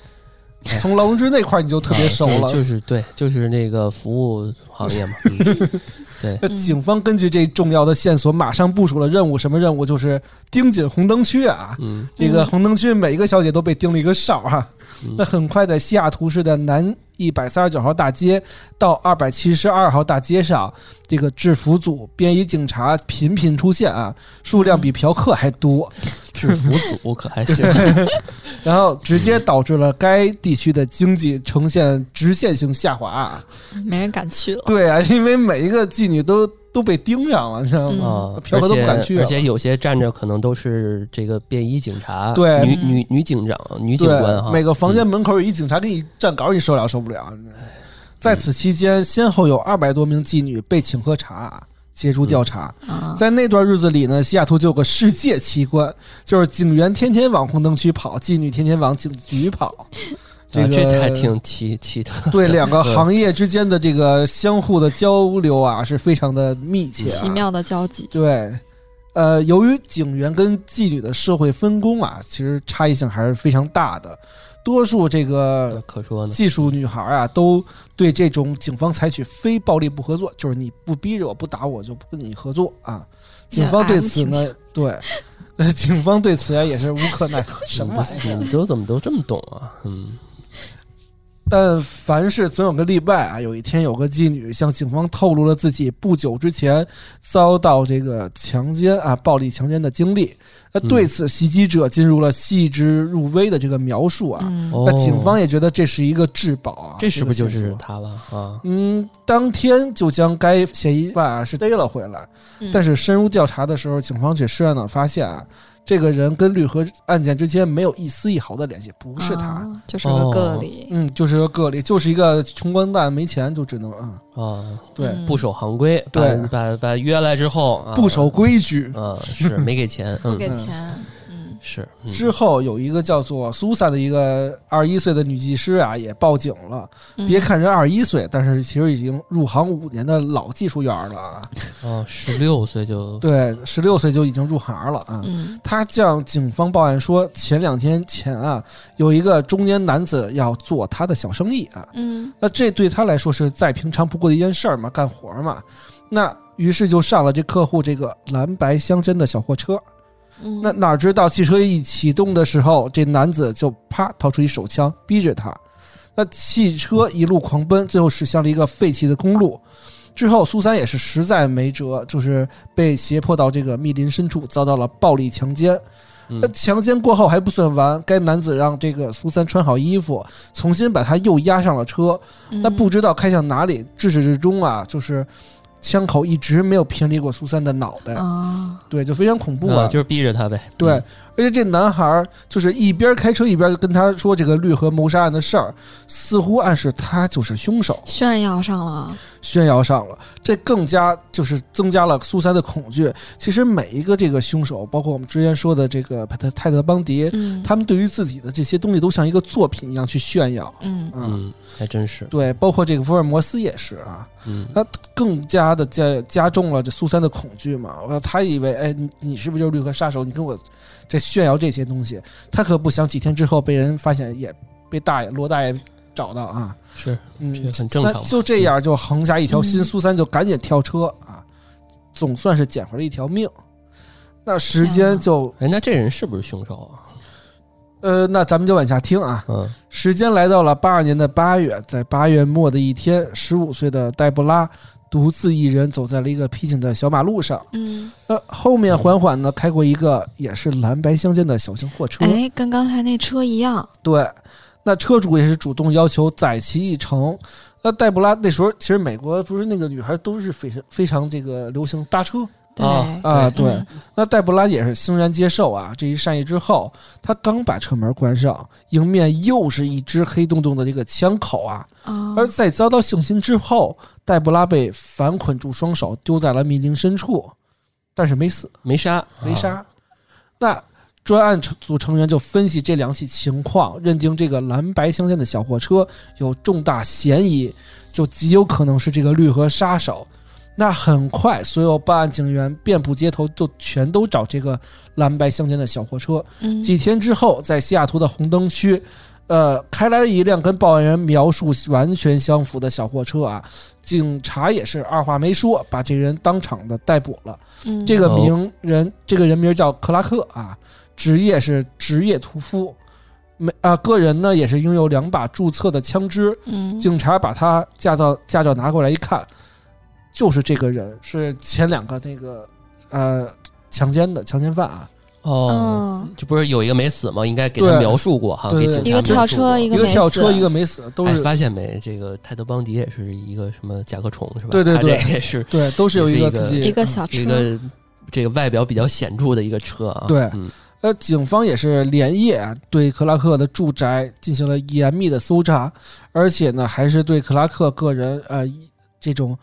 A: 从劳荣枝那块儿你就特别熟
C: 哎
A: 了
C: 这，就是对，就是那个服务行业 嘛。嗯
A: 那
B: 嗯
A: 警方根据这重要的线索，马上部署了任务。什么任务？就是盯紧红灯区啊！
C: 嗯，
A: 这个红灯区每一个小姐都被盯了一个哨啊
C: 嗯。
A: 那很快，在西雅图市的南一百三十九号大街到二百七十二号大街上，这个制服组、便衣警察频频出现啊，数量
C: 嗯
A: 比嫖客还多，
C: 制服组可还行。
A: 然后直接导致了该地区的经济呈现直线性下滑啊。
B: 没人敢去
C: 哦
B: 了，
A: 对啊，因为每一个妓女都都被盯上了，你知道吗？
C: 啊，
A: 嫖客都不敢去了
C: 而且，而且有些站着可能都是这个便衣警察，
A: 对
C: 女
B: 嗯
C: 女女警长、女警
A: 对，
C: 官哈，嗯
A: 每个房间门口有一警察给你站岗，你受了受不了？在此期间，先后有二百多名妓女被请喝茶，协助调查。
C: 嗯
B: 啊，
A: 在那段日子里呢，西雅图就有个世界奇观，就是警员天天往红灯区跑，妓女天天往警局跑。 个、
C: 啊这还挺奇奇特的，
A: 对两个行业之间的这个相互的交流啊，是非常的密切、啊，
B: 嗯奇妙的交集，
A: 对，呃，由于警员跟妓女的社会分工啊，其实差异性还是非常大的。多数这
C: 那
A: 个
C: 可说呢。
A: 技术女孩啊，都对这种警方采取非暴力不合作，就是你不逼着我不打我就不跟你合作啊。警方对此
B: 那 M
A: 呢，对， 呃，警方对此啊也是无可奈何。什 么玩啊意儿？
C: 你都怎么都这么懂啊？嗯，
A: 但凡事总有个例外啊。有一天，有个妓女向警方透露了自己不久之前遭到这个强奸啊、暴力强奸的经历。那
C: 嗯
A: 对此，袭击者进入了细致入微的这个描述啊。
B: 嗯
C: 哦
A: 那警方也觉得这是一个至宝啊，
C: 这是不是就
A: 这个
C: 是
A: 线索
C: 他了啊？
A: 嗯，当天就将该嫌疑犯啊是逮了回来。
B: 嗯
A: 但是深入调查的时候，警方却失望的发现啊，这个人跟绿河案件之间没有一丝一毫的联系，不是他。
B: 啊就是个个例，
A: 嗯，就是个个例，就是一个穷光蛋，没钱就只能啊，
C: 啊，
A: 对，
B: 嗯
C: 不守行规，把
A: 对
C: 把把约来之后，啊嗯
A: 不守规矩。
C: 啊，是没给钱，
B: 不
C: 嗯
B: 给钱，嗯
C: 是，嗯
A: 之后有一个叫做苏珊的一个二十一岁的女技师啊，也报警了。
B: 嗯
A: 别看人二十一岁，但是其实已经入行五年的老技术员了啊。
C: 啊，十六岁就
A: 对，十六岁就已经入行了啊。
B: 嗯
A: 他向警方报案说，前两天前啊，有一个中年男子要做他的小生意啊。
B: 嗯
A: 那这对他来说是再平常不过的一件事儿嘛，干活儿嘛。那于是就上了这客户这个蓝白相间的小货车。
B: 嗯，
A: 那哪知道汽车一启动的时候，这男子就啪掏出一手枪，逼着他。那汽车一路狂奔，最后驶向了一个废弃的公路。之后，苏三也是实在没辙，就是被胁迫到这个密林深处，遭到了暴力强奸。
C: 嗯
A: 那强奸过后还不算完，该男子让这个苏三穿好衣服，重新把他又押上了车。那
B: 嗯
A: 不知道开向哪里，至始至终啊，就是枪口一直没有偏离过苏三的脑袋。
B: 啊，
A: 对，就非常恐怖
C: 啊，就是逼着他呗。
A: 对
C: 嗯，
A: 而且这男孩儿就是一边开车一边跟他说这个绿河谋杀案的事儿，似乎暗示他就是凶手，
B: 炫耀上了，
A: 炫耀上了。这更加就是增加了苏珊的恐惧。其实每一个这个凶手，包括我们之前说的这个泰泰德邦迪，
B: 嗯，
A: 他们对于自己的这些东西都像一个作品一样去炫耀。
B: 嗯
A: 嗯，
C: 嗯，还真是，
A: 对，包括这个福尔摩斯也是啊，
C: 嗯
A: 那更加的加加重了这苏珊的恐惧嘛。我他以为，哎，你你是不是就是绿河杀手？你跟我这炫耀这些东西，他可不想几天之后被人发现，也被大爷罗大爷找到啊。
C: 是
A: 嗯
C: 这，很正
A: 那
C: 常嘛。
A: 就这样就横下一条心，
B: 嗯
A: 苏珊就赶紧跳车啊，总算是捡回了一条命。那时间就
C: 哎，那这人是不是凶手啊？
A: 呃，那咱们就往下听啊。
C: 嗯
A: 时间来到了八二年的八月，在八月末的一天，十五岁的黛布拉独自一人走在了一个僻静的小马路上。
B: 嗯，
A: 呃，后面缓缓的开过一个也是蓝白相间的小型货车。
B: 哎，跟刚才那车一样，
A: 对，那车主也是主动要求载其一程。那黛布拉那时候其实美国不是那个女孩都是非常非常这个流行搭车
B: 哎对嗯
C: 啊
A: 啊，
C: 对
A: 对。那黛布拉也是欣然接受啊这一善意之后，她刚把车门关上，迎面又是一支黑洞洞的这个枪口啊，
B: 啊，
A: 而在遭到性侵之后，黛布拉被反捆住双手，丢在了密林深处，但是没死，
C: 没杀，
A: 没杀。
C: 啊。
A: 那专案组成员就分析这两起情况，认定这个蓝白相间的小货车有重大嫌疑，就极有可能是这个绿河杀手。那很快，所有办案警员遍布街头，就全都找这个蓝白相间的小货车。
B: 嗯
A: 几天之后，在西雅图的红灯区，呃，开来了一辆跟报案人描述完全相符的小货车啊。警察也是二话没说，把这人当场的逮捕了。
B: 嗯
A: 这个
C: 哦
A: 名人，这个人名叫克拉克啊，职业是职业屠夫，每啊个人呢也是拥有两把注册的枪支。
B: 嗯
A: 警察把他驾照驾照拿过来一看，就是这个人，是前两个那个呃强奸的强奸犯啊。
C: 哦，
B: 嗯，
C: 这不是有一个没死吗？应该给他
A: 对
C: 描述过哈，
A: 对
C: 给
A: 对
C: 警
A: 一
C: 察
B: 个
C: 描述
B: 跳车
C: 过
B: 一
A: 一
B: 个
A: 个
B: 没
A: 跳
B: 死
A: 车，一个没死，都
C: 哎，
A: 是
C: 发现没？这个泰德邦迪也是一个什么甲壳虫是吧？
A: 对对
C: 他
A: 对
C: 这 也是
A: 对，都是有
C: 也是
A: 个
C: 一个
A: 自己
B: 一个小车
C: 一，个这个外表比较显著的一个车啊。
A: 对
C: 嗯
A: 呃，警方也是连夜啊对克拉克的住宅进行了严密的搜查，而且呢，还是对克拉克个人呃这种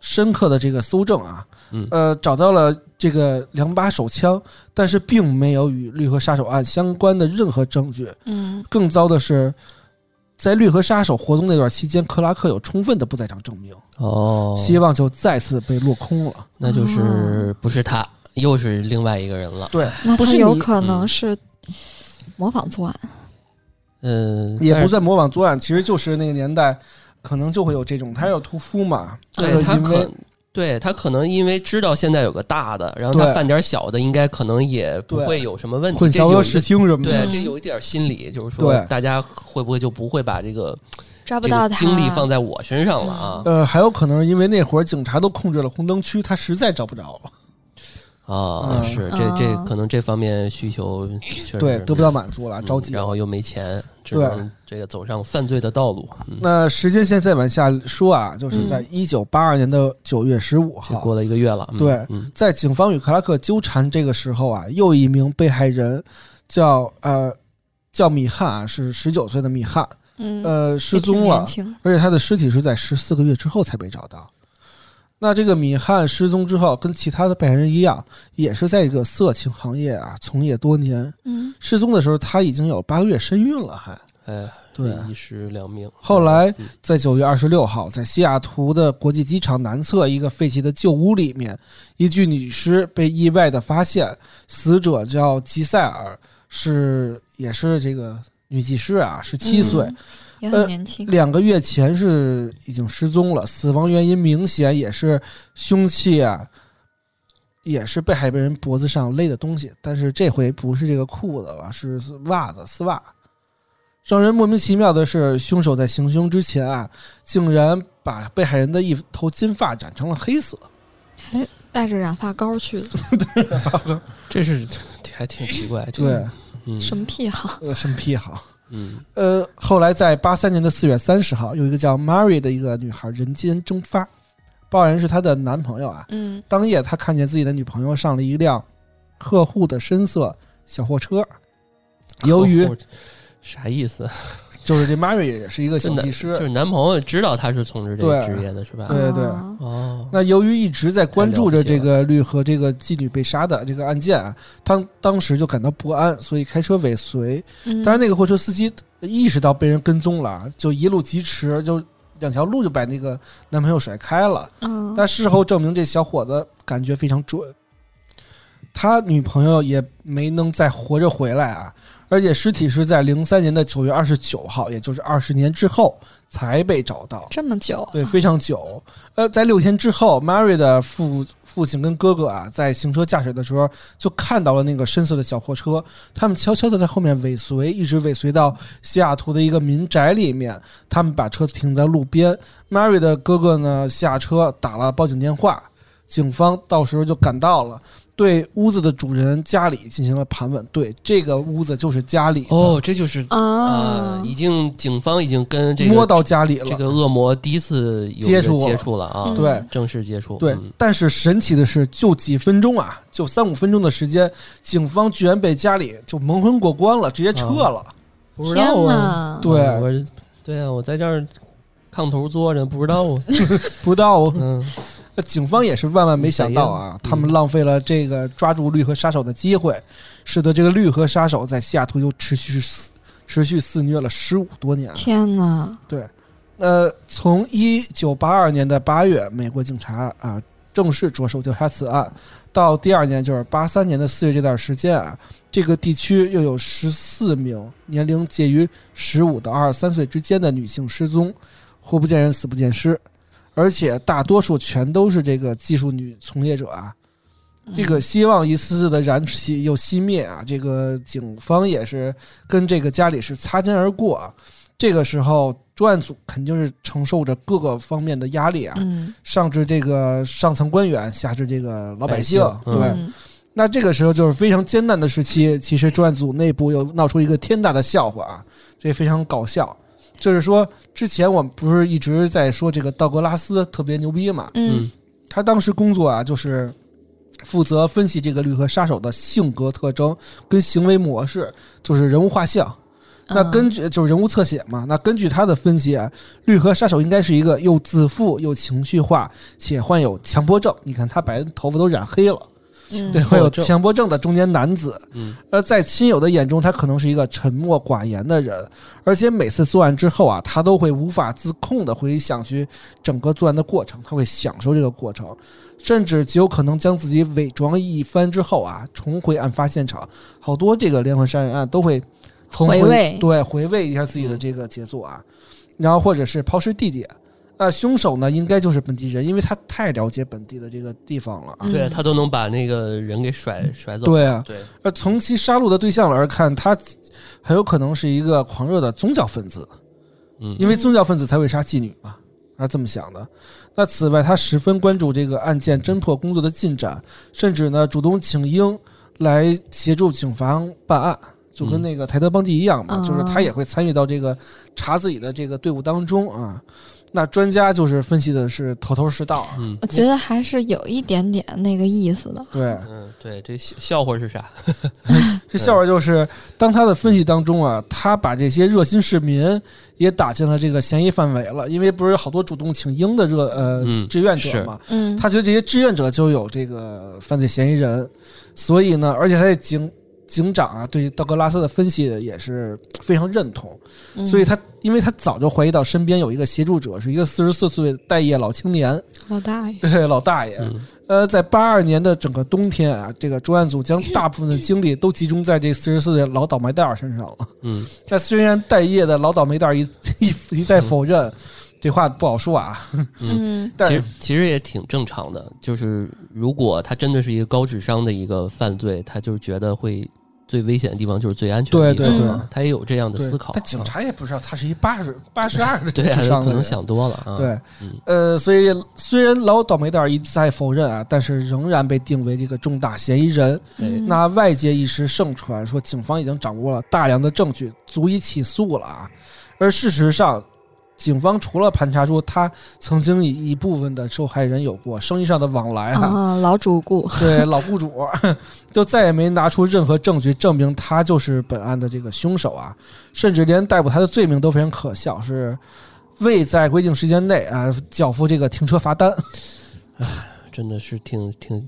A: 深刻的这个搜证啊，
C: 嗯
A: 呃，找到了这个两把手枪，但是并没有与绿河杀手案相关的任何证据。
B: 嗯
A: 更糟的是，在绿河杀手活动那段期间，克拉克有充分的不在场证明，
C: 哦，嗯
A: 希望就再次被落空了。
C: 那就是不是他，又是另外一个人了。
A: 对，
B: 那
A: 不
B: 他
A: 是
B: 有
A: 你
B: 可能
C: 嗯
B: 是模仿作案，
C: 嗯，
A: 也
C: 但
A: 不
C: 是
A: 算模仿作案，其实就是那个年代可能就会有这种，他有屠夫嘛，
C: 对他
A: 因为
C: 可。对他可能因为知道现在有个大的，然后他
A: 对
C: 犯点小的，应该可能也不
A: 对
C: 会有什么问题。
A: 混
C: 这有
A: 淆
C: 一
A: 和
C: 个
A: 视听什么的。
C: 对，
B: 嗯
C: 这有一点心理，就是说
A: 对
C: 大家会不会就不会把这个
B: 抓不
C: 这
B: 到
C: 个
B: 他，嗯
C: 精力放在我身上了啊？
A: 呃，还有可能是因为那会儿警察都控制了红灯区，他实在找不着了，
C: 啊，
A: 嗯
C: 是这
B: 啊
C: 这可能这方面需求确实
A: 对，
C: 是
A: 得不到满足了，
C: 嗯
A: 着急
C: 然
A: 了。
C: 后又没钱，只
A: 对
C: 能这个走上犯罪的道路。嗯，
A: 那时间线再往下说啊，就是在一九八二年的九月十五
C: 这
A: 号，
C: 过了一个月了。嗯
A: 对
C: 嗯，
A: 在警方与克拉克纠缠这个时候啊，又一名被害人叫呃叫米汉啊，是十九岁的米汉，
B: 嗯，
A: 呃，
B: 也
A: 失
B: 挺
A: 踪
B: 年
A: 了，
B: 轻
A: 而且他的尸体是在十四个月之后才被找到。那这个米汉失踪之后，跟其他的被害人一样，也是在这个色情行业啊从业多年。
B: 嗯
A: 失踪的时候，她已经有八个月身孕了，还
C: 哎，
A: 对。
C: 一尸两命。
A: 后来
C: 嗯
A: 在九月二十六号，在西雅图的国际机场南侧一个废弃的旧屋里面，一具女尸被意外的发现，死者叫吉塞尔，是也是这个女技师啊，十七岁，
B: 嗯也
A: 呃
B: 很年轻。
A: 两个月前是已经失踪了，死亡原因明显也是凶器啊，也是被害人脖子上勒的东西，但是这回不是这个裤子了，是袜子丝袜。让人莫名其妙的是，凶手在行凶之前啊，竟然把被害人的一头金发染成了黑色。
B: 带着染发膏去的，
C: 这是还挺奇怪，这
A: 对
C: 个，，嗯
B: 什么癖好？
A: 呃，什么癖好？
C: 嗯，
A: 呃，后来在八三年的四月三十号，有一个叫 Mary 的一个女孩人间蒸发，报案人是她的男朋友啊，
B: 嗯
A: 当夜，他看见自己的女朋友上了一辆客户的深色小货车。由于
C: 客户啥意思？
A: 就是这 Mary 也是一个小
C: 就
A: 技
C: 男
A: 师
C: 就，是男朋友知道他是从事这个
A: 对
C: 职业的是吧？
A: 对对
B: 啊
C: 哦，
A: 那由于一直在关注着这个绿和这个妓女被杀的这个案件啊，他当时就感到不安，所以开车尾随。
B: 嗯，
A: 当然，那个货车司机意识到被人跟踪了啊，就一路疾驰，就两条路就把那个男朋友甩开了。
B: 嗯，
A: 但事后证明，这小伙子感觉非常准，他女朋友也没能再活着回来啊，而且尸体是在零三年的九月二十九号，也就是二十年之后才被找到。
B: 这么久，
A: 对，非常久。呃，在六天之后，Mary 的父父亲跟哥哥啊，在行车驾驶的时候就看到了那个深色的小货车，他们悄悄的在后面尾随，一直尾随到西雅图的一个民宅里面。他们把车停在路边，Mary 的哥哥呢下车打了报警电话，警方到时候就赶到了。对屋子的主人家里进行了盘问，对这个屋子就是家里的
C: 哦，这就是
B: 啊
C: 啊，已经警方已经跟这个
A: 摸到家里了。
C: 这个恶魔第一次有
A: 接触了
C: 接触了啊，
B: 嗯
A: 对，
C: 正式接触，
A: 对
C: 嗯，
A: 但是神奇的是，就几分钟啊，就三五分钟的时间，警方居然被家里就蒙混过关了，直接撤了。
C: 不知
B: 天
C: 道啊，
B: 哪！
A: 对
C: 啊我对啊，我在这儿炕头坐着，不知道 啊，
A: 不知道哦，
C: 嗯，
A: 那警方也是万万没想到啊，
C: 嗯
A: 他们浪费了这个抓住绿河杀手的机会，使得这个绿河杀手在西雅图又持续肆持续肆虐了十五多年啊。
B: 天哪！
A: 对，呃，从一九八二年的八月，美国警察啊正式着手调查此案，到第二年就是八三年的四月这段时间啊，这个地区又有十四名年龄介于十五到二十三岁之间的女性失踪，活不见人，死不见尸，而且大多数全都是这个技术女从业者啊。这个希望一次次的燃起又熄灭啊！这个警方也是跟这个家里是擦肩而过啊。这个时候，专案组肯定是承受着各个方面的压力啊，
B: 嗯，
A: 上至这个上层官员，下至这个老百姓。
C: 百姓嗯
A: 对，
B: 嗯
A: 那这个时候就是非常艰难的时期。其实专案组内部又闹出一个天大的笑话啊，这非常搞笑。就是说，之前我们不是一直在说这个道格拉斯特别牛逼嘛？
B: 嗯
A: 他当时工作啊，就是负责分析这个绿河杀手的性格特征跟行为模式，就是人物画像。
B: 嗯
A: 那根据就是人物侧写嘛，那根据他的分析啊，绿河杀手应该是一个又自负又情绪化，且患有强迫症。你看他把人头发都染黑了，
B: 嗯
A: 对，
B: 嗯
A: 患有
C: 迫症
A: 强迫症的中年男子。
C: 哦嗯，
A: 而在亲友的眼中，他可能是一个沉默寡言的人，而且每次作案之后啊，他都会无法自控的回想去整个作案的过程，他会享受这个过程，甚至极有可能将自己伪装一番之后啊，重回案发现场。好多这个连环杀人案都会重
B: 回味
A: 对，回味一下自己
C: 嗯
A: 的这个杰作啊，然后或者是抛尸地点。那凶手呢，应该就是本地人，因为他太了解本地的这个地方了啊。
B: 嗯
C: 对他都能把那个人给甩甩嗯走，
A: 对啊，
C: 对，
A: 呃，从其杀戮的对象而看，他很有可能是一个狂热的宗教分子，
C: 嗯，
A: 因为宗教分子才会杀妓女嘛，他是这么想的。那此外，他十分关注这个案件侦破工作的进展，甚至呢主动请缨来协助警方办案，就跟
C: 嗯
A: 那个泰德·邦迪一样嘛，
B: 哦
A: 就是他也会参与到这个查自己的这个队伍当中啊。那专家就是分析的是头头是 道啊，
C: 嗯
B: 我觉得还是有一点点那个意思的。
A: 对，
C: 嗯，对，这笑笑话是啥？
A: 这笑话就是，当他的分析当中啊，他把这些热心市民也打进了这个嫌疑范围了，因为不是好多主动请缨的热呃
C: 嗯
A: 志愿者
C: 是
A: 嘛，
B: 嗯，
A: 他觉得这些志愿者就有这个犯罪嫌疑人，所以呢，而且他的警警长啊对道格拉斯的分析也是非常认同，
B: 嗯
A: 所以他因为他早就怀疑到身边有一个协助者是一个四十四岁的待业老青年，
B: 嗯老大爷，
A: 对老大爷，
C: 嗯
A: 呃，在八二年的整个冬天啊，这个专案组将大部分的精力都集中在这四十四岁老倒霉蛋儿身上了。
C: 嗯，
A: 那虽然待业的老倒霉蛋儿一一一再否认，这话不好说啊，
B: 嗯
A: 但
C: 其
A: 是
C: 实其实也挺正常的，就是如果他真的是一个高智商的一个犯罪，他就是觉得会最危险的地方就是最安全
A: 对
C: 的地
A: 对
C: 方，
A: 对
B: 嗯
C: 他也有这样的
A: 对
C: 思考。
A: 但警
C: 啊
A: 察也不知道他是一八十八十二的
C: 对啊，
A: 智
C: 他
A: 商的
C: 可能
A: 人
C: 想多了啊。
A: 对
C: 嗯，
A: 呃，所以虽然老倒霉蛋儿一再否认啊，但是仍然被定为这个重大嫌疑人。
C: 哎
B: 嗯
A: 那外界一时盛传说，警方已经掌握了大量的证据，足以起诉了啊。而事实上，警方除了盘查出他曾经与一部分的受害人有过生意上的往来啊，
B: 啊，老主顾，
A: 对老雇主，就再也没拿出任何证据证明他就是本案的这个凶手啊，甚至连逮捕他的罪名都非常可笑，是未在规定时间内啊缴付这个停车罚单。
C: 真的是挺挺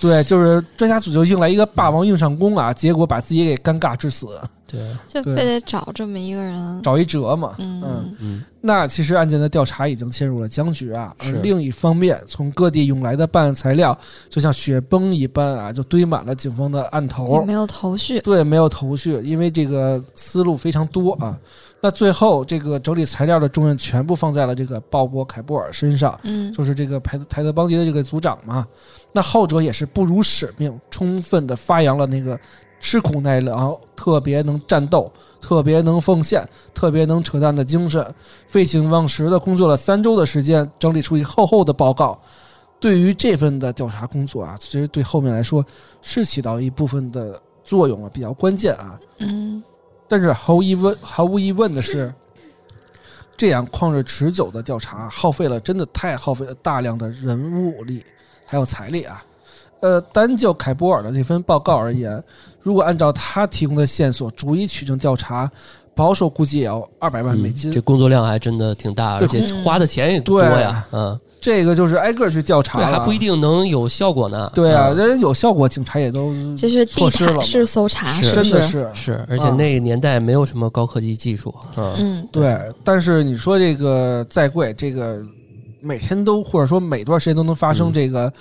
A: 对，就是专家组就硬来一个霸王硬上弓啊，结果把自己给尴尬致死，
C: 对啊，
B: 就
A: 对
B: 非得找这么一个人，
A: 找一辙嘛。嗯
B: 嗯
C: 嗯
A: 那其实案件的调查已经陷入了僵局啊。而
C: 是
A: 另一方面，从各地涌来的办案材料就像雪崩一般啊，就堆满了警方的案头。
B: 也没有头绪，
A: 对，没有头绪，因为这个思路非常多啊。那最后，这个整理材料的重任全部放在了这个鲍勃·凯布尔身上，
B: 嗯
A: 就是这个台台德邦迪的这个组长嘛。那后者也是不辱使命，充分的发扬了那个吃苦耐劳、特别能战斗、特别能奉献、特别能扯淡的精神，废寝忘食的工作了三周的时间，整理出一个厚厚的报告。对于这份的调查工作啊，其实对后面来说是起到一部分的作用啊，比较关键啊。
B: 嗯
A: 但是毫无疑问，毫无疑问的是，这样旷日持久的调查，耗费了真的太耗费了大量的人物力还有财力啊。呃，单就凯波尔的这份报告而言，如果按照他提供的线索逐一取证调查，保守估计也要二百万美金。
C: 嗯这工作量还真的挺大，
A: 对
C: 而且
B: 工
C: 花的钱也多呀。嗯，
A: 这个就是挨个儿去调查
C: 对，
A: 了，
C: 还不一定能有效果呢。
A: 对啊，
C: 嗯
A: 人家有效果，警察也都
B: 这是地
A: 措施了嘛
B: 毯式搜查，
C: 是
B: 不
A: 真的
B: 是？
A: 是
C: 是，而
A: 嗯
C: 且那个年代没有什么高科技技术，嗯，
B: 嗯
A: 对，但是你说这个再贵，这个每天都或者说每段时间都能发生
C: 嗯
A: 这个，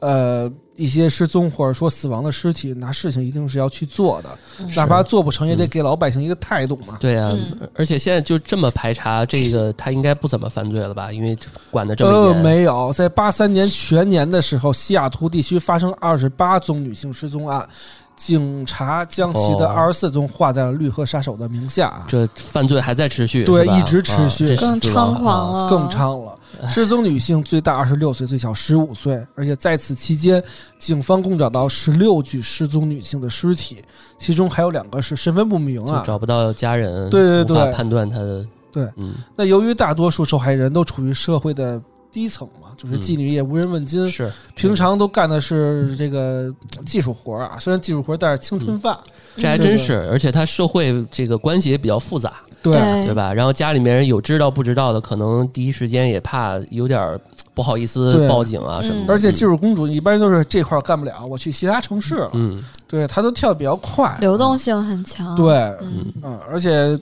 A: 呃，一些失踪或者说死亡的尸体，那事情一定是要去做的，
B: 嗯
A: 哪怕做不成也得
C: 嗯
A: 给老百姓一个态度嘛。
C: 对啊，
B: 嗯
C: 而而且现在就这么排查，这个他应该不怎么犯罪了吧？因为管的这么
A: 呃，
C: 严，
A: 没有，在八三年全年的时候，西雅图地区发生二十八宗女性失踪案，警察将其的
C: 哦
A: 二十四宗划在了绿河杀手的名下啊。
C: 这犯罪还在持续，
A: 对
C: 是吧
A: 一直持续
C: 啊这
B: 更
C: 死
B: 猖
C: 亡
B: 狂
C: 啊
B: 了，嗯
A: 更猖了。失踪女性最大二十六岁，最小十五岁，而且在此期间，警方共找到十六具失踪女性的尸体，其中还有两个是身份不明啊
C: 就。找不到家人，
A: 对对对
C: 无法判断他的，
A: 对，
C: 嗯，
A: 那由于大多数受害人都处于社会的低层嘛，就是妓女也无人问津，
C: 嗯是
A: 平常都干的是这个技术活儿啊。虽然技术活儿，但是青
C: 嗯
A: 春饭。
C: 这还真是，而且他社会这个关系也比较复杂，
A: 对啊
C: 对吧？然后家里面有知道不知道的，可能第一时间也怕有点儿不好意
A: 对
C: 思报警啊什么
B: 嗯
C: 的，
A: 而且技术公主一般都是这块儿干不了，我去其他城市了。
C: 嗯，
A: 对，她都跳得比较快，
B: 流动性很强，
A: 对，
B: 嗯，
A: 嗯，而且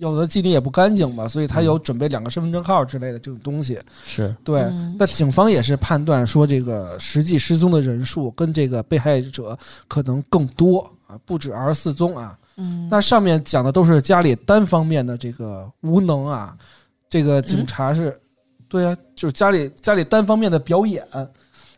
A: 有的妓女也不干净嘛，所以他有准备两个身份证号之类的这种东西。
C: 是
A: 对，
B: 嗯
A: 那警方也是判断说，这个实际失踪的人数跟这个被害者可能更多啊，不止二十四宗啊。
B: 嗯，
A: 那上面讲的都是家里单方面的这个无能啊，这
B: 嗯
A: 个警察是，对啊，就是家里家里单方面的表演。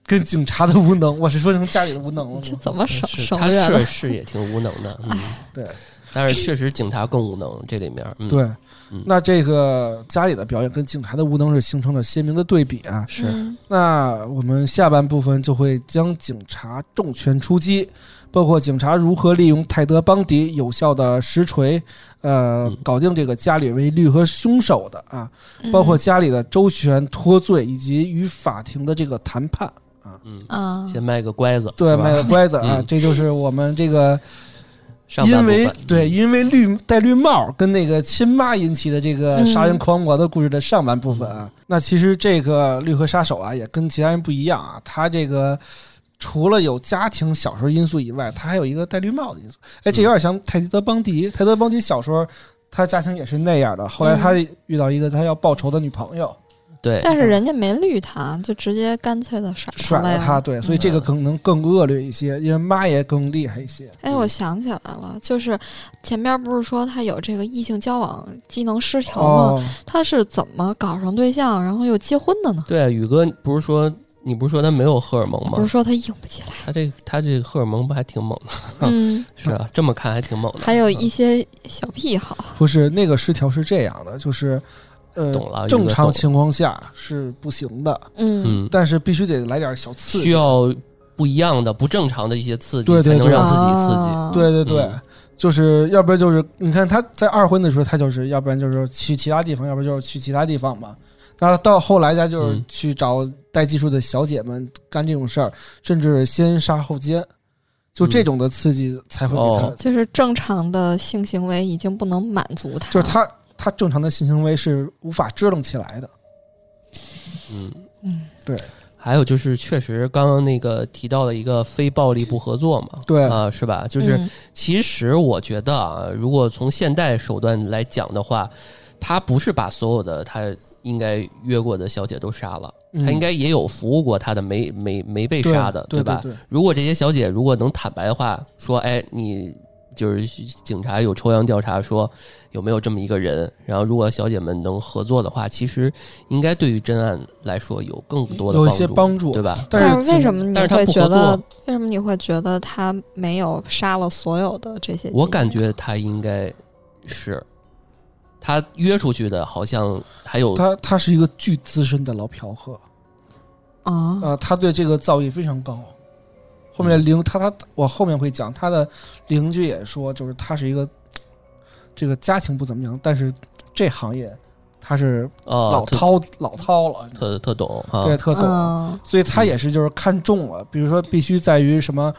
A: 跟警察的无能，我是说成家里的无能了
B: 这
A: 吗？
B: 怎么手
C: 嗯是
B: 手
C: 他
B: 软
C: 是
B: 了？
C: 是也挺无能的，嗯，
A: 对，
C: 但是确实警察更无能这里面，嗯，
A: 对，
C: 嗯
A: 那这个家里的表演跟警察的无能是形成了鲜明的对比啊。
C: 是
B: 嗯
A: 那我们下半部分就会将警察重拳出击，包括警察如何利用泰德·邦迪有效的实锤，呃
C: 嗯，
A: 搞定这个家里为绿和凶手的啊，
B: 嗯
A: 包括家里的周旋脱罪以及与法庭的这个谈判。
C: 嗯，
B: 嗯啊，
C: 先卖个乖子，
A: 对，
C: 是吧
A: 卖个乖子啊，
C: 嗯
A: 这就是我们这个
C: 上半
A: 因
C: 部
A: 为
C: 分嗯
A: 对，因为绿戴绿帽跟那个亲妈引起的这个
B: 嗯
A: 杀人狂魔的故事的上半部分啊，那其实这个绿河杀手啊也跟其他人不一样啊，他这个除了有家庭小时候因素以外，他还有一个戴绿帽的因素。哎，
C: 嗯
A: 这有点像泰德邦迪，泰德邦迪小时候他家庭也是那样的，后来他
B: 嗯
A: 遇到一个他要报仇的女朋友，
C: 对，
B: 但是人家没绿他，就直接干脆的甩
A: 甩
B: 了
A: 了
B: 呀
A: 他，对，所以
C: 嗯
A: 这个可能更恶劣一些，因为妈也更厉害一些。哦
B: 哎，我想起来了，就是前边不是说他有这个异性交往机能失调吗？
A: 哦，
B: 他是怎么搞上对象，然后又结婚的呢？
C: 对，宇哥不是说你不是说他没有荷尔蒙
B: 不是
C: 吗？
B: 说他硬不起来，
C: 他这他这荷尔蒙不还挺猛的？
B: 嗯，
C: 是啊，这么看还挺猛的。
B: 还有
C: 嗯
B: 一些小癖好，
A: 不是那个失调是这样的，就是呃
C: 懂了，宇
A: 正
C: 哥
A: 常
C: 懂
A: 情况下是不行的，
B: 嗯，
C: 嗯，
A: 但是必须得来点小刺
C: 需
A: 激。
C: 要不一样的、不正常的一些刺激，
A: 对对
C: 才能
B: 哦
A: 对哦
C: 让自己刺激。
B: 啊
A: 对对对，
C: 嗯
A: 就是要不然就是你看他在二婚的时候，他就是要不然就是去其他地方，要不然就是去其他地方嘛。那到后来他就是
C: 嗯
A: 去找带技术的小姐们干这种事儿，甚至先杀后奸，就这
C: 嗯
A: 种的刺激才会给他，
C: 哦
B: 就是正常的性行为已经不能满足他，
A: 就是，他他正常的性行为是无法支棱起来的。
C: 嗯，
B: 嗯，
C: 还有就是，确实刚刚那个提到了一个非暴力不合作嘛，
A: 对
C: 啊、是吧？就是
B: 嗯
C: 其实我觉得啊，如果从现代手段来讲的话，他不是把所有的他应该约过的小姐都杀了，
A: 嗯
C: 他应该也有服务过他的没没没被杀的，
A: 对
C: 吧？
A: 对对
C: 如果这些小姐如果能坦白的话，说哎，你就是警察有抽样调查说有没有这么一个人，然后如果小姐们能合作的话，其实应该对于侦案来说有更多的
A: 有一些帮助
C: 对吧？
B: 但
A: 是
B: 是为什
A: 么？
B: 么你
C: 但是他
B: 会
C: 不
B: 觉
C: 合
B: 得
C: 作？
B: 为什么你会觉得他没有杀了所有的这些？
C: 我感觉他应该是他约出去的，好像还有
A: 他他是一个巨资深的老嫖客，
B: 啊，
A: 呃，他对这个造诣非常高。后
C: 嗯
A: 面邻他他我后面会讲，他的邻居也说，就是他是一个这个家庭不怎么样，但是这行业他是
C: 呃
A: 老
C: 特
A: 掏、老掏了，
C: 特特懂啊，
A: 对，特懂，
B: 嗯
A: 所以他也是就是看中了，比如说必须在于什么。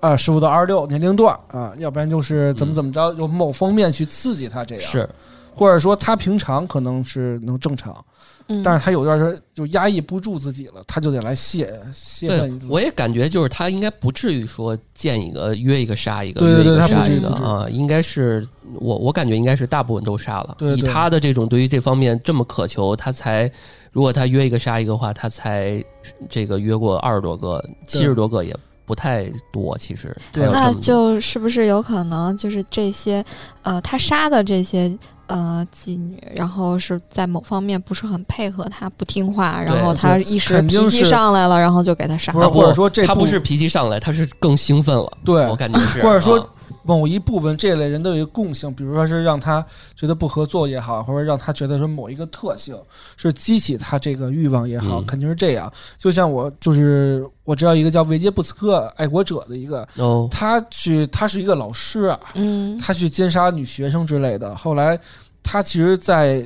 A: 啊，十五到二十六年龄段啊，要不然就是怎么怎么着，有某方面去刺激他这样，
C: 嗯是
A: 或者说他平常可能是能正常，
B: 嗯，
A: 但是他有段时候就压抑不住自己了，他就得来泄泄
C: 对
A: 愤。，
C: 我也感觉就是他应该不至于说见一个约一个杀一个，
A: 对对对
C: 约一个
A: 他
C: 杀
A: 不
B: 至于
C: 一个
A: 不至于
C: 啊，应该是我我感觉应该是大部分都杀了。
A: 对对
C: 以他的这种对于这方面这么渴求，他才如果他约一个杀一个的话，他才这个约过二十多个、
A: 对
C: 七十多个也不太多，其实
A: 对
C: 他有这
B: 那
C: 么
B: 就是不是有可能就是这些呃，他杀的这些呃妓女，然后是在某方面不是很配合他，不听话，然后他一时
A: 肯定
B: 脾气
A: 是
B: 上来了，然后就给他杀
A: 不是
B: 了。
A: 或者说这
C: 他
A: 部
C: 不是脾气上来，他是更兴奋了。
A: 对
C: 我感觉 是，
A: 或者说
C: 啊
A: 某一部分这类人都有一个共性，比如说是让他觉得不合作也好，或者让他觉得说某一个特性是激起他这个欲望也好，
C: 嗯
A: 肯定是这样。就像我就是我知道一个叫维杰布斯克爱国者的一个，
C: 哦，
A: 他去他是一个老师啊，
B: 嗯
A: 他去奸杀女学生之类的。后来他其实在，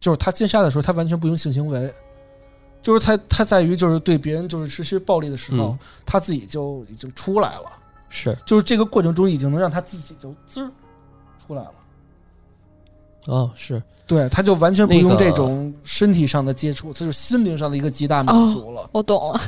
A: 就是他奸杀的时候，他完全不用性行为，就是他他在于就是对别人就是实施暴力的时候，
C: 嗯
A: 他自己就已经出来了，
C: 是
A: 就是这个过程中已经能让他自己就滋儿出来了。
C: 哦 是，
A: 对，他就完全不用
C: 那个
A: 这种身体上的接触，这就是心灵上的一个极大满足了。
B: 我懂了，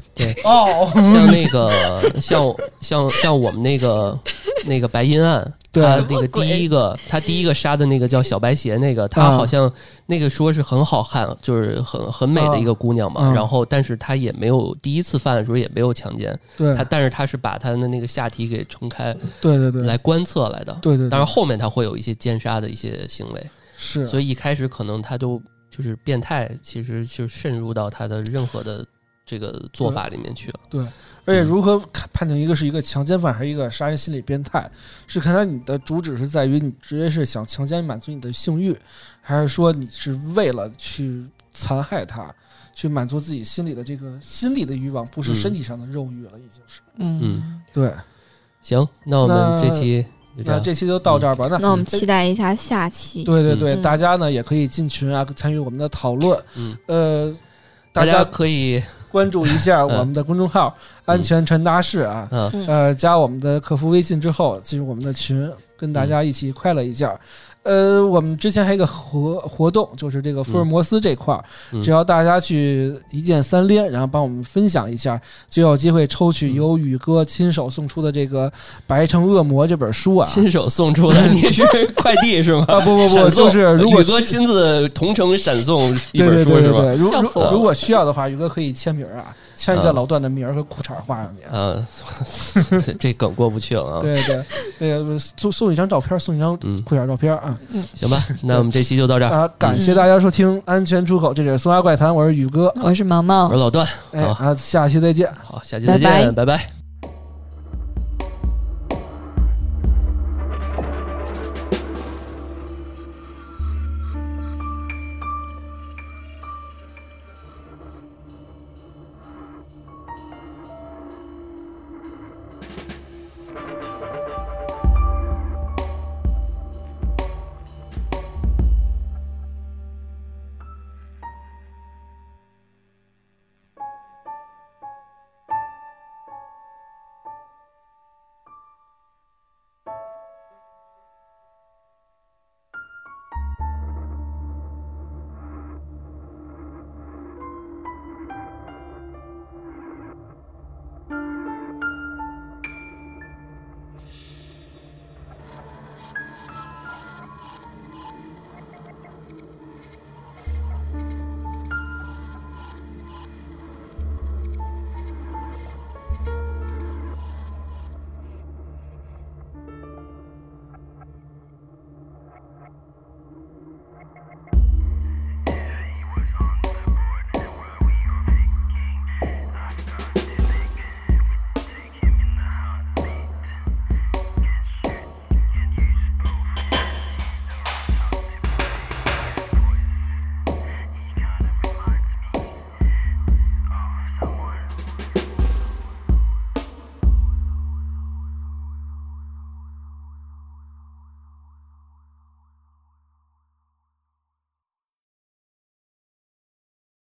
A: 哦，
C: 像那个像像像我们那个那个白银案，
A: 对
C: 他那个第一个他第一个杀的那个叫小白鞋，那个他
A: 啊
C: 好像那个说是很好看，就是很很美的一个姑娘嘛。
A: 啊啊
C: 然后，但是他也没有第一次犯的时候也没有强奸，
A: 对
C: 他但是他是把他的那个下体给撑开
A: 对对对，
C: 来观测来的。
A: 对对对
C: 但是后面他会有一些奸杀的一些行为，
A: 是，
C: 所以一开始可能他就就是变态，其实就渗入到他的任何的这个做法里面去了。
A: 而
C: 嗯
A: 且如何看判定一个是一个强奸犯还是一个杀人心理变态，是看他你的主旨是在于你直接是想强奸满足你的性欲，还是说你是为了去残害他，去满足自己心里的这个心理的欲望，不是
C: 嗯
A: 身体上的肉欲了，已经是。
B: 嗯
C: 嗯，
A: 对，
C: 行，那我们
A: 那
C: 这期就这
A: 那
C: 样。
A: 这期就到这
C: 嗯
A: 儿吧。那哎
B: 那我们期待一下下期。
A: 对对对，
B: 嗯
A: 大家呢也可以进群啊，参与我们的讨论。
C: 嗯，
A: 呃，
C: 大
A: 大
C: 家嗯
A: 家
C: 可以
A: 关注一 下我们的公众号“安全传达室”啊。
C: 嗯
B: 嗯
A: 呃，加我们的客服微信之后，进入我们的群，跟大家一起快乐一下。呃，我们之前还有一个活活动，就是这个福尔摩斯这块儿，
C: 嗯
A: 只要大家去一键三连，然后帮我们分享一下，就有机会抽取由宇哥亲手送出的这个《白城恶魔》这本书啊。
C: 亲手送出的，你是快递是吗？
A: 啊 不不不
C: 闪送
A: 就是如果
C: 宇哥亲自同城闪送一
A: 对对
C: 本书
A: 对
C: 是
A: 对
C: 吧？
A: 对， 如
B: 校
A: 如
B: 服啊
A: 如果需要的话，宇哥可以签名啊，签一个
C: 啊
A: 老段的名儿和裤衩儿画上去。
C: 啊， 这梗过不去了啊。
A: 对对，那个送送一张照片，送一张
C: 嗯
A: 裤衩照片啊
C: 行吧，那我们这期就到这儿。
A: 啊！感谢大家收听《安全出口》，这里是《松花怪谈》，我是宇哥，
B: 我是毛毛
C: 我，是老段，
A: 哎
C: 好
A: 啊，下期再见。
C: 好，下期再见，拜
B: 拜拜
C: 拜